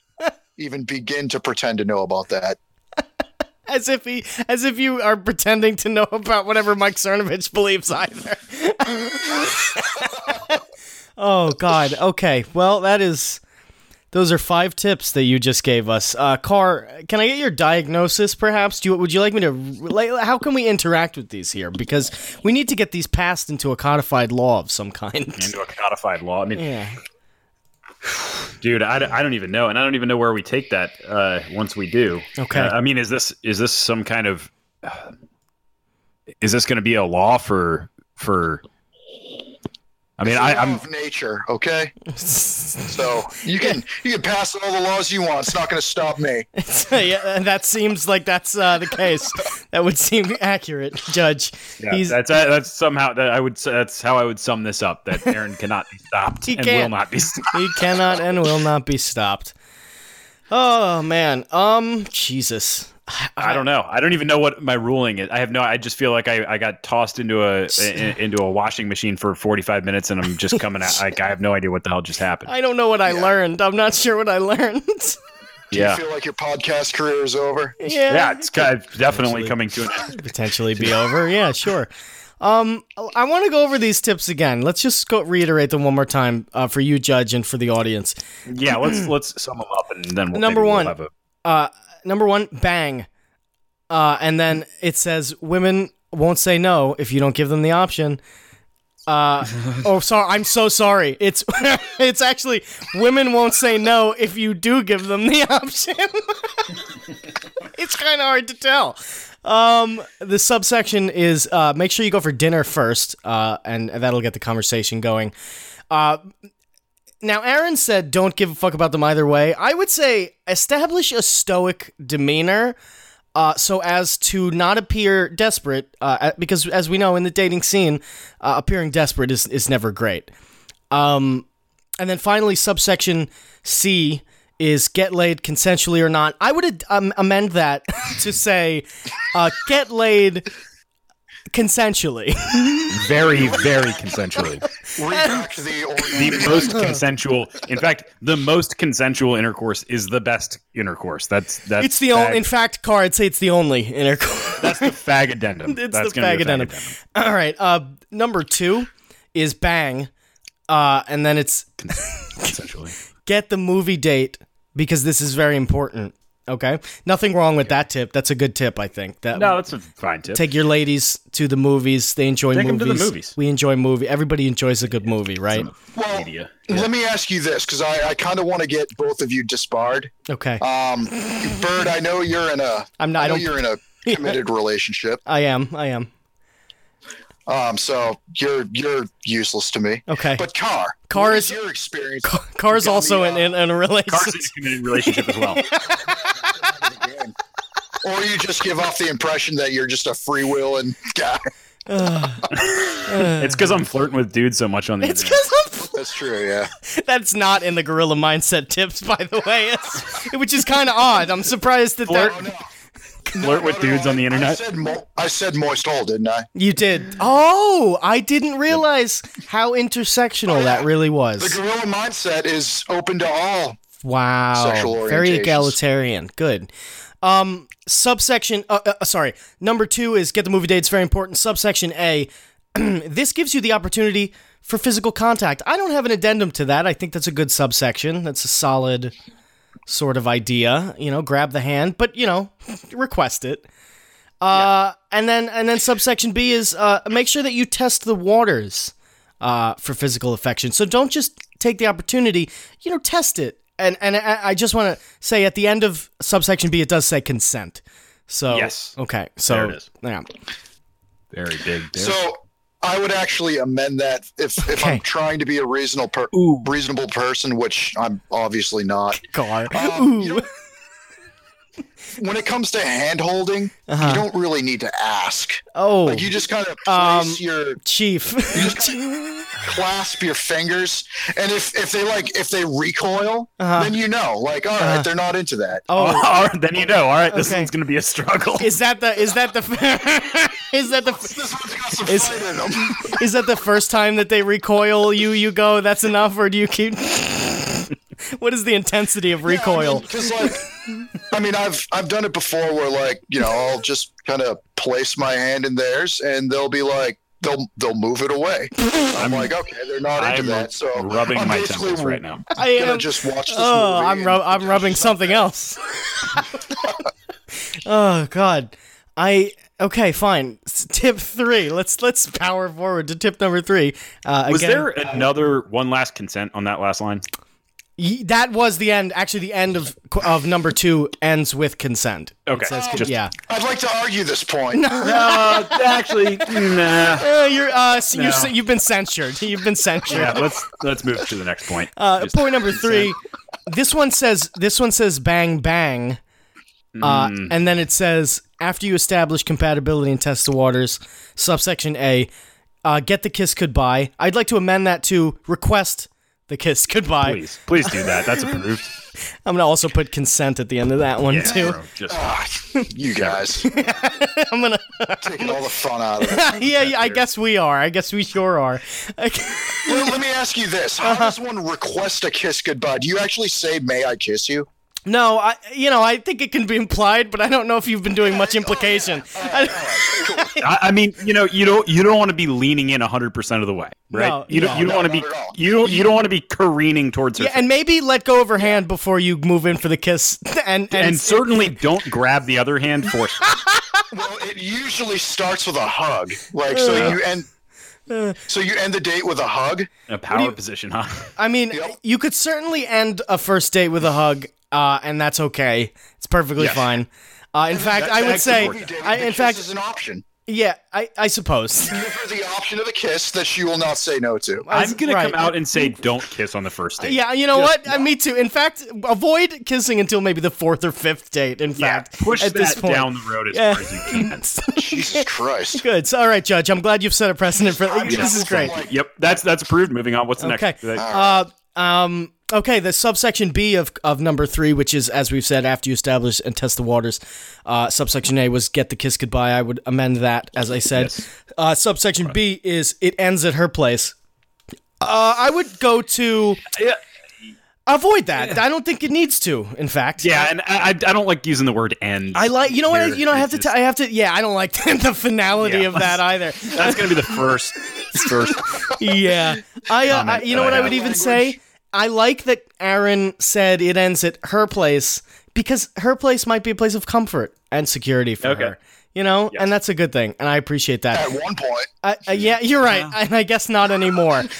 even begin to pretend to know about that. As if he, as if you are pretending to know about whatever Mike Cernovich believes either. oh God. Okay. Well, that is. Those are five tips that you just gave us. Uh, Carr, can I get your diagnosis, perhaps? Do you, would you like me to? Like, how can we interact with these here? Because we need to get these passed into a codified law of some kind. Into a codified law. I mean, Yeah. dude, I, don't- I don't even know, and I don't even know where we take that uh, once we do. Okay. Uh, I mean, is this is this some kind of uh, is this going to be a law for for? I mean, I, Law I'm of nature, okay? So you can you can pass all the laws you want. It's not going to stop me. yeah, that seems like that's uh, the case. that would seem accurate, Judge. Yeah, He's- that's uh, that's somehow that I would s- that's how I would sum this up that Aaron cannot be stopped He and will can't. not be stopped. he cannot and will not be stopped. Oh man, um, Jesus, Uh-huh. I don't know. I don't even know what my ruling is. I have no. I just feel like I, I got tossed into a, in- into a washing machine for forty five minutes and I'm just coming out. Like I have no idea what the hell just happened. I don't know what I Yeah. learned. I'm not sure what I learned. Do yeah, you feel like your podcast career is over? yeah, yeah, it's kind of definitely Potentially. coming to an end. potentially be over. Yeah, sure. Um, I want to go over these tips again. Let's just go reiterate them one more time uh, for you, Judge, and for the audience. Yeah, let's let's sum them up and then we'll, Number maybe we'll one. have a- uh, number one, bang. Uh, and then it says women won't say no if you don't give them the option. Uh, oh, sorry. I'm so sorry. It's it's actually women won't say no if you do give them the option. it's kind of hard to tell. Um, the subsection is uh, make sure you go for dinner first, uh, and that'll get the conversation going. Uh, now Aaron said don't give a fuck about them either way. I would say establish a stoic demeanor uh, so as to not appear desperate uh, a- because as we know in the dating scene uh, appearing desperate is, is never great. Um, and then finally subsection C is get laid consensually or not. I would um, amend that to say uh, get laid consensually. Very, very consensually. Retract the The Oreo. most consensual. In fact, the most consensual intercourse is the best intercourse. That's that's It's the only, fag- in fact, Car, I'd say it's the only intercourse. that's the fag addendum. It's that's the gonna fag be addendum. All right. Uh, number two is bang, uh, and then it's Consensually. get the movie date because this is very important. Okay, nothing wrong with that tip. That's a good tip, I think. That No, that's a fine tip. take your ladies to the movies. They enjoy Take 'em movies. to the movies. We enjoy movie. Everybody enjoys a good movie, right? Well, media. let me ask you this because I, I kind of want to get both of you disbarred. Okay, Um, Bird, I know you're in a. I'm not- I know don't- you're in a committed relationship. I am. I am. Um, so you're you're useless to me. Okay, But Car, Carr what is- your experience. Car's got me, also in, uh, in, in a Carson relationship. is committed relationship as well. or you just give off the impression that you're just a free will and guy. It's because I'm flirting with dudes so much on the It's internet. because That's true. Yeah. that's not in the gorilla mindset tips, by the way, It's- which is kind of odd. I'm surprised that that Oh, no. uh, Flirt with dudes on the I internet. said, mo- I said moist hole, didn't I? You did. Oh, I didn't realize how intersectional that really The was. gorilla mindset is open to all. Wow. Sexual Very orientations. egalitarian. Good. Um, subsection. Uh, uh, sorry. Number two is get the movie date. It's very important. Subsection A. this gives you the opportunity for physical contact. I don't have an addendum to that. I think that's a good subsection. That's a solid sort of idea. You know, grab the hand, but you know, request it. Uh, and then and then subsection B is uh, make sure that you test the waters uh, for physical affection. So don't just take the opportunity, you know, test it. And and I, I just want to say at the end of subsection B, it does say consent. So Yes. okay, so There it is. yeah, Very big. There. So I would actually amend that if, if Okay. I'm trying to be a reasonable per- Ooh. reasonable person, which I'm obviously not. car. Um, you don't- when it comes to hand holding, Uh-huh. you don't really need to ask. oh, Like you just kind of place Um, your chief. clasp your fingers, and if if they like if they recoil, Uh-huh. then you know, like all right, Uh-huh. they're not into that. oh, all right, then you know. All right, this Okay. one's going to be a struggle. is that the is that the is that the This one's got some It's- fight in 'em. Is that the first time that they recoil you? You go, that's enough, or do you keep? what is the intensity of recoil? Because like, I mean, I've I've done it before where like you know I'll just kind of place my hand in theirs, and they'll be like they'll they'll move it away. I'm like, okay, they're not into I'm that, so rubbing I'm my basically temples right now. I Gonna am. just watch this Oh, movie I'm and- rub- I'm rubbing something else. oh God, I okay, fine. S- Tip three. Let's let's power forward to tip number three. Uh, Was again, there another one last consent on that last line? y- that was the end. Actually, the end of of number two ends with consent. It Okay, says con- just- yeah. I'd like to argue this point. Uh, actually, nah. Uh, you're uh, s- you're, No. s- you've been censured. You've been censured. Yeah, let's let's move to the next point. Uh, Just- point number three. This one says this one says bang bang, uh, Hmm. and then it says after you establish compatibility and test the waters, subsection A, uh, get the kiss goodbye. I'd like to amend that to request the kiss goodbye. please, please do that. That's approved. I'm gonna also put consent at the end of that one too. Bro, just Ah, you guys I'm gonna taking all the fun out of it. yeah, yeah I guess we are. I guess we sure are. Well, let me ask you this: Uh-huh. How does one request a kiss goodbye? Do you actually say "May I kiss you"? no, I you know I think it can be implied, but I don't know if you've been doing much implication. I, I mean, you know, you don't you don't want to be leaning in hundred percent of the way, right? No, you don't no, you don't no, want to be not at all. you don't you don't want to be careening towards her. Yeah, and maybe let go of her hand before you move in for the kiss. And and, and, certainly don't grab the other hand for Well, it usually starts with a hug. Like so Uh. you end so you end the date with a hug. a power position, huh? I mean, Yep. you could certainly end a first date with a hug, uh, and that's okay. It's perfectly fine. Uh, in fact, I would say, Movie date, I, the in kiss fact, is an option. Yeah, I, I suppose. Give her the option of a kiss that she will not say no to. I'm gonna Right. come out and say don't kiss on the first date. yeah, you know Just what? Uh, Me too. In fact, avoid kissing until maybe the fourth or fifth date. In Yeah, fact, push at that this point. down the road as Yeah. far as you can. Jesus Christ. Good. So, all right, Judge. I'm glad you've set a precedent for I'm this. Is just great. like- Yep, that's that's approved. Moving on. What's the Okay. next? Uh, Uh, um, okay, the subsection B of, of number three, which is, as we've said, after you establish and test the waters, uh, subsection A was get the kiss goodbye. I would amend that, as I said. Yes. Uh, subsection B is it ends at her place. Uh, I would go to yeah, avoid that. I don't think it needs to, in fact. yeah, and I, I I don't like using the word end. I like you know what I, here. you know I It have to just- tell I have to yeah I don't like the finality Yeah. of that either That's gonna be the first first. yeah. I, uh, I Comment you know that what I I would have. even say? I like that Aaron said it ends at her place because her place might be a place of comfort and security for Okay. her. You know, Yes. and that's a good thing, and I appreciate that. At one point, I, I- yeah, you're right, and I guess not anymore.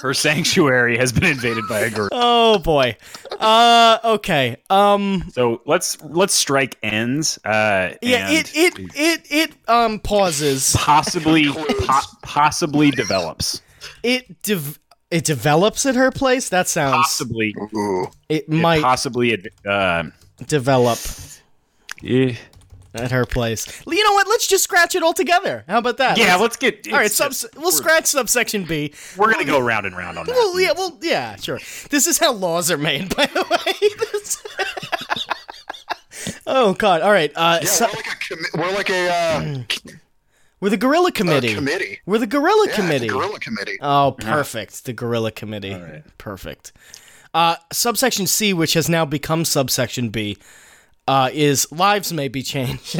Her sanctuary has been invaded by a girl. oh boy. Uh, okay. Um, So let's let's strike ends. Uh, yeah. and It it it it um pauses. possibly po- possibly develops. It dev- it develops at her place. That sounds. Possibly ooh, It it might possibly uh, develop. yeah. at her place. You know what? Let's just scratch it all together. How about that? Yeah, Let's- let's get all right, it's subs- just- we'll scratch subsection B. we're gonna go round and round on that. Well, yeah, well, yeah, sure. This is how laws are made, by the way. This- oh God! All right, uh, yeah, so- we're like a commi- we're like a, uh, we're the Gorilla Committee. committee. We're the Gorilla Yeah, Committee. The gorilla committee. Oh, perfect. The Gorilla Committee. Perfect. Uh, subsection C, which has now become subsection B, uh, is lives may be changed.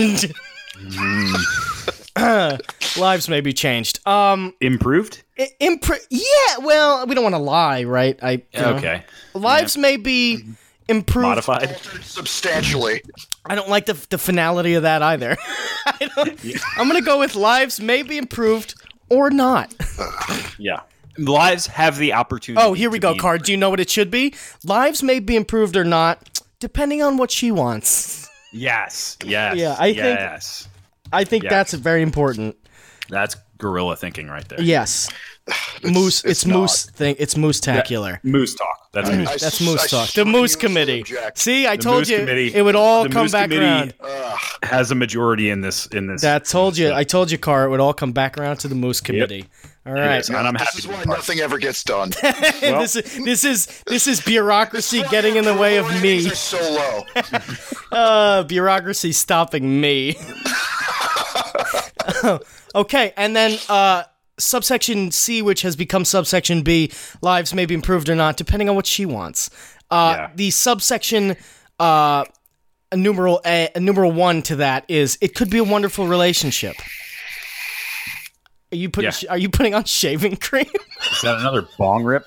lives may be changed. Um, Improved. i- impr- yeah, well, we don't want to lie, right? I you know. Okay. Lives may be improved. Modified. Substantially. I don't like the, the finality of that either. I don't, I'm going to go with lives may be improved or not. Yeah. Lives have the opportunity. Oh, here we to go, be- card. Do you know what it should be? Lives may be improved or not, depending on what she wants. Yes. Yes. Yeah, I think- yes. I think Yeah. that's very important. That's gorilla thinking right there. Yes. moose. It's, it's moose thing. It's moose tacular. Moose talk. That's what it is. I That's s- moose I talk. The moose seriously committee. object. See, I The told Moose you Committee- it would all the come Moose back Committee- around. has a majority in this in this. That told you. I told you, Car. It would all come back around to the moose committee. All right. and I'm happy This is to be why part. nothing ever gets done. Well- this is this is this is bureaucracy getting in the way of me. Ratings Are so low. Uh, bureaucracy stopping me. okay, and then uh, subsection C, which has become subsection B, lives may be improved or not, depending on what she wants. Uh, Yeah. The subsection uh, numeral A, numeral one to that is it could be a wonderful relationship. Are you putting Yeah. Are you putting on shaving cream? Is that another bong rip?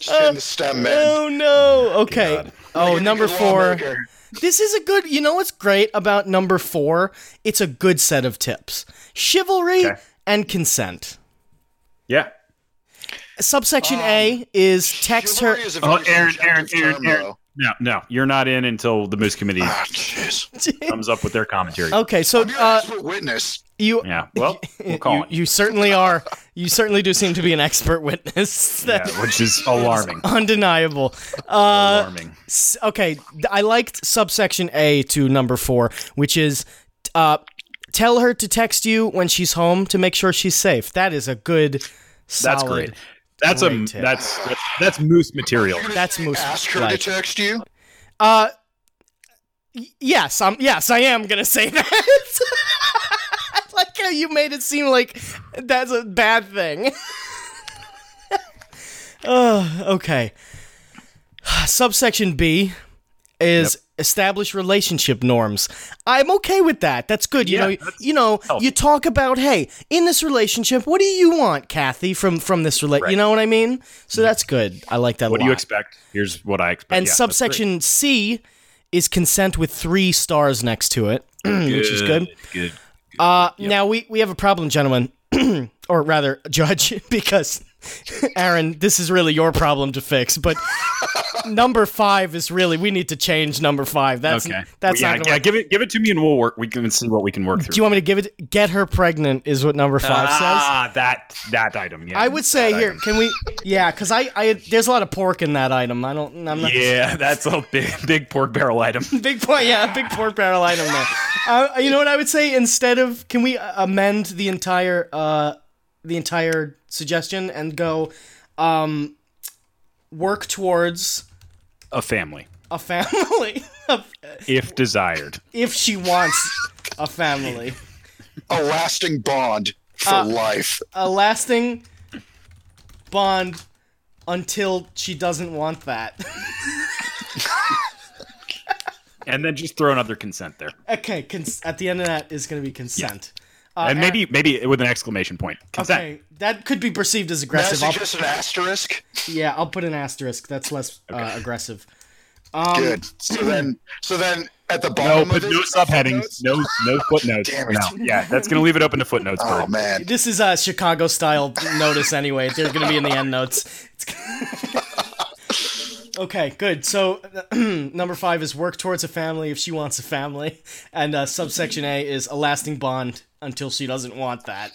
Chin stem man. oh no! Okay. Oh, number four. Lawmaker. This is a good. You know what's great about number four? It's a good set of tips: chivalry Okay. and consent. Yeah. Subsection A is text her. Um, Chivalry is a Oh, very Aaron, Aaron, subjective Aaron, term, Aaron. though. No, no, you're not in until the Moose Committee Ah, jeez. comes up with their commentary. okay, so You're uh, an expert witness. you, Yeah. Well, we'll call you it. you certainly are. You certainly do seem to be an expert witness. That's yeah, which is alarming. undeniable. Uh, alarming. S- okay, th- I liked subsection A to number four, which is uh, tell her to text you when she's home to make sure she's safe. That is a good, solid. That's great. That's a great tip. that's, that's that's moose material. That's moose. Ask her like. to text you. Uh, y- yes, I'm. Yes, I am gonna say that. I like how you made it seem like that's a bad thing. uh, okay. Subsection B is establish relationship norms. I'm okay with that. That's good. You Yeah, know, you know, healthy. you talk about, hey, in this relationship, what do you want, Kathy, from from this relate? You know what I mean? So that's good. I like that. Mm-hmm. a What do you lot. expect? Here's what I expect. And Yeah, that's great. subsection C is consent with three stars next to it, which is good. Good. Uh, Now we, we have a problem, gentlemen, or rather, judge, because Aaron, this is really your problem to fix, but number five is really we need to change number five. That's okay. that's yeah, not yeah, gonna work. give it give it to me and we'll work. We can see what we can work through. Do you want me to give it get her pregnant is what number five says? ah, that that item. Yeah, I would say That here, item. can we yeah, because I, I there's a lot of pork in that item. I don't I'm not Yeah, that's a big big pork barrel item. Big pork, yeah, big pork barrel item there. Uh, you know what I would say? Instead of can we uh, amend the entire uh, the entire suggestion and go um, work towards A family, a family if desired. if she wants a family, A lasting bond for Uh, life. a lasting bond until she doesn't want that. And then just throw another consent there, okay, cons- at the end of that is going to be consent. and maybe maybe with an exclamation point. Consent. Uh, Okay, that could be perceived as That's aggressive. I'll- just an asterisk. Yeah, I'll put an asterisk. That's less uh, aggressive. Um, Good. So then, so then at the No, bottom but of it, no subheadings, footnotes? no no footnotes. Damn it. No. Yeah, that's gonna leave it open to footnotes. Oh Bird. man, This is a Chicago style notice anyway. They're going to be in the end notes. It's- okay, good. So number five is work towards a family if she wants a family, and uh, subsection A is a lasting bond until she doesn't want that.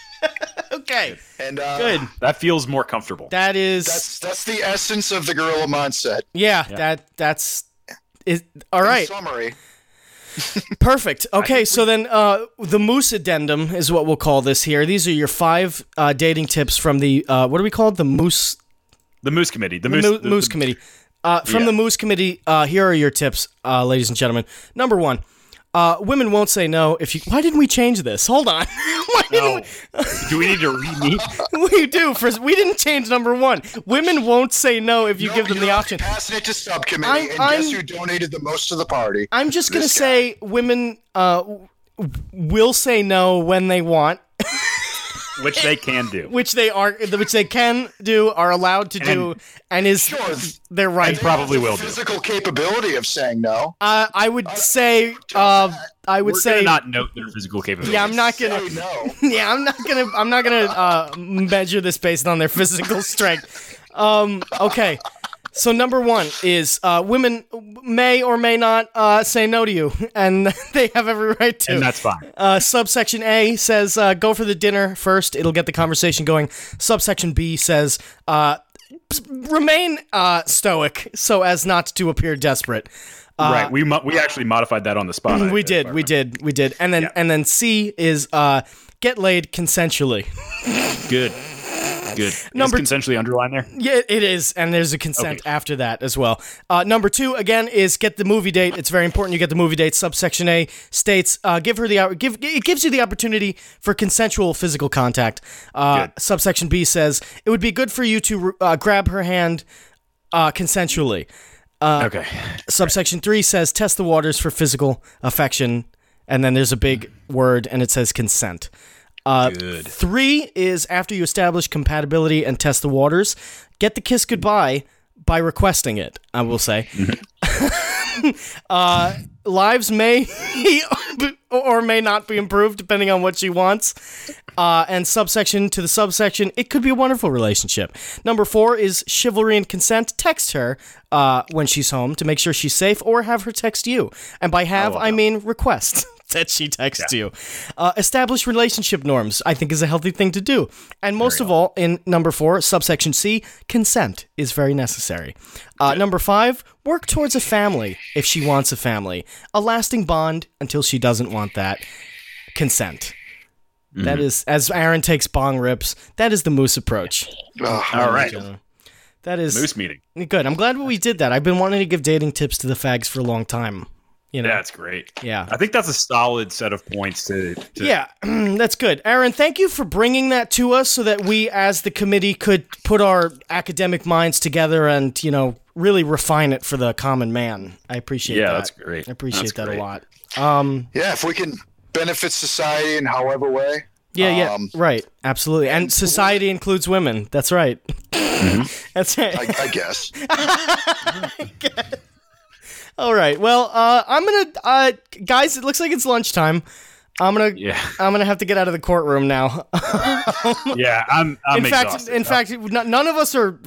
okay, and uh, good. That feels more comfortable. That is That's that's the essence of the gorilla mindset. yeah, That that's. Is, all In right. summary. Perfect. Okay, so then uh, the moose addendum is what we'll call this here. These are your five uh, dating tips from the uh, what do we call it? The moose The Moose Committee. The the Moose, Moo- the- moose the- committee. Uh, from Yeah. the moose committee, uh, here are your tips, uh, ladies and gentlemen. Number one, uh, women won't say no if you. Why didn't we change this? Hold on. Why No. didn't Do we need to re-meet? we, we do for? We didn't change number one. Women won't say no if you give them the You're option. Passing it to subcommittee, I'm- and I'm- guess who donated the most to the party? I'm just gonna This guy. say women uh, w- will say no when they want. Which they can do. which they are which they can do are allowed to do and is Sure. they're right And probably will do. Physical capability of saying no. uh, i would say uh, i would We're say gonna not note their physical capabilities. yeah i'm not gonna Say no. yeah i'm not gonna i'm not gonna uh, measure this based on their physical strength um, okay so number one is uh, women may or may not uh, say no to you and they have every right to And that's fine. Uh, subsection A says uh, go for the dinner first. It'll get the conversation going. Subsection B says uh, s- remain uh, stoic so as not to appear desperate. right. We mo- we actually modified that on the spot. I We think. did, we did, we did, and then and then C is uh, get laid consensually. Good. Good. Number Number is consensually underlined there. Yeah, it is, and there's a consent after that as well. Uh, number two again is get the movie date. It's very important you get the movie date. Subsection A states uh, give her the op- give it gives you the opportunity for consensual physical contact. Uh, Good. subsection B says it would be good for you to uh, grab her hand uh, consensually. Uh, okay. Subsection three says test the waters for physical affection, and then there's a big word, and it says consent. Uh, Good. Three is after you establish compatibility and test the waters, get the kiss goodbye by requesting it, I will say. uh, lives may or may not be improved depending on what she wants. Uh, and subsection to the subsection, it could be a wonderful relationship. Number four is chivalry and consent. Text her uh, when she's home to make sure she's safe or have her text you. And by have, I mean request. That she texts you. Uh, establish relationship norms, I think, is a healthy thing to do. And most of all, in number four, subsection C, consent is very necessary. Uh, number five, work towards a family if she wants a family, a lasting bond until she doesn't want that. Consent. That Mm-hmm. is, as Aaron takes bong rips, that is the moose approach. Ugh. All right. That is Moose meeting. good. I'm glad we did that. I've been wanting to give dating tips to the fags for a long time. You know? That's great. Yeah. I think that's a solid set of points to, to Yeah, that's good. Aaron, thank you for bringing that to us so that we as the committee could put our academic minds together and, you know, really refine it for the common man. I appreciate Yeah, that. that's great. I appreciate That's that great. a lot. Um Yeah, if we can benefit society in however way. yeah, yeah. Um, right. Absolutely. And society includes women. That's right. Mm-hmm. that's right. I, I guess. All right. Well, uh, I'm gonna, uh, guys. It looks like it's lunchtime. I'm gonna Yeah, I'm gonna have to get out of the courtroom now. yeah. I'm. I'm in fact, exhausted. in fact, n- none of us are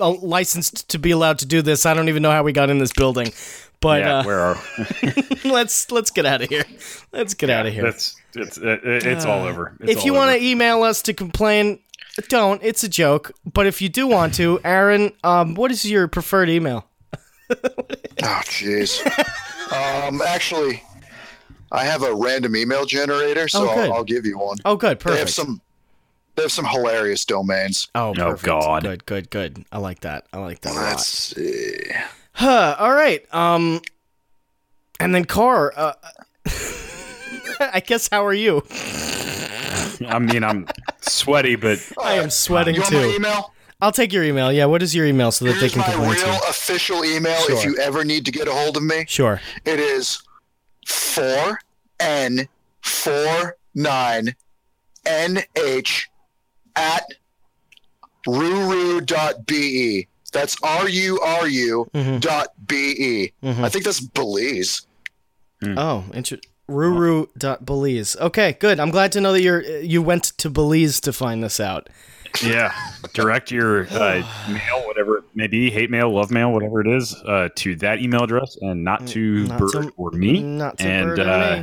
uh, licensed to be allowed to do this. I don't even know how we got in this building, but yeah. uh, where are? let's let's get out of here. Let's get out of here. That's. It's. it- It's all over. It's Uh, if you all want over. to email us to complain, don't. It's a joke. But if you do want to, Aaron, um, what is your preferred email? Oh, jeez. um, actually, I have a random email generator, so Oh, good. I'll, I'll give you one. Oh, good, they have perfect. some. They have some hilarious domains. oh, perfect. God. good, good, good. I like that. I like that a Let's lot. see. Huh. All right. Um, and then Car. Uh, I guess. How are you? I mean, I'm sweaty, but I am sweating You want my too. email? I'll take your email. Yeah. What is your email so that they Here's can my complain to? real you? official email. Sure. If you ever need to get a hold of me, Sure. it is four n four nine nh at ruru.be. E. That's r u r u Mhm. dot be. Hmm. I think that's Belize. mm-hmm. Oh, interesting. Ruru.belize. Okay, good. I'm glad to know that you're you went to Belize to find this out. yeah. Direct your uh, mail, whatever it may be, hate mail, love mail, whatever it is, uh, to that email address, and not to Mm, not Bird to- or me. Not to and bird or uh,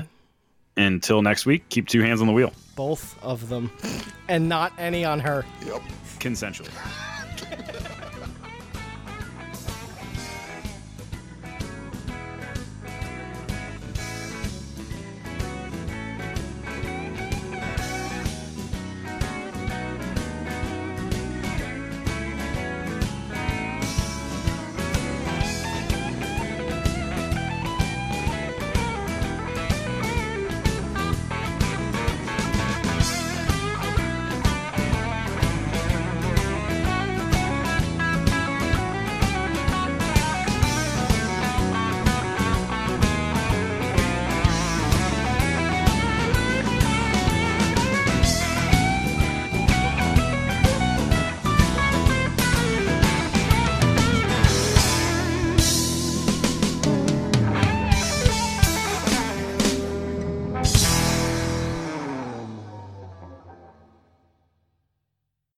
me. until next week, keep two hands on the wheel, both of them, and not any on her. consensually.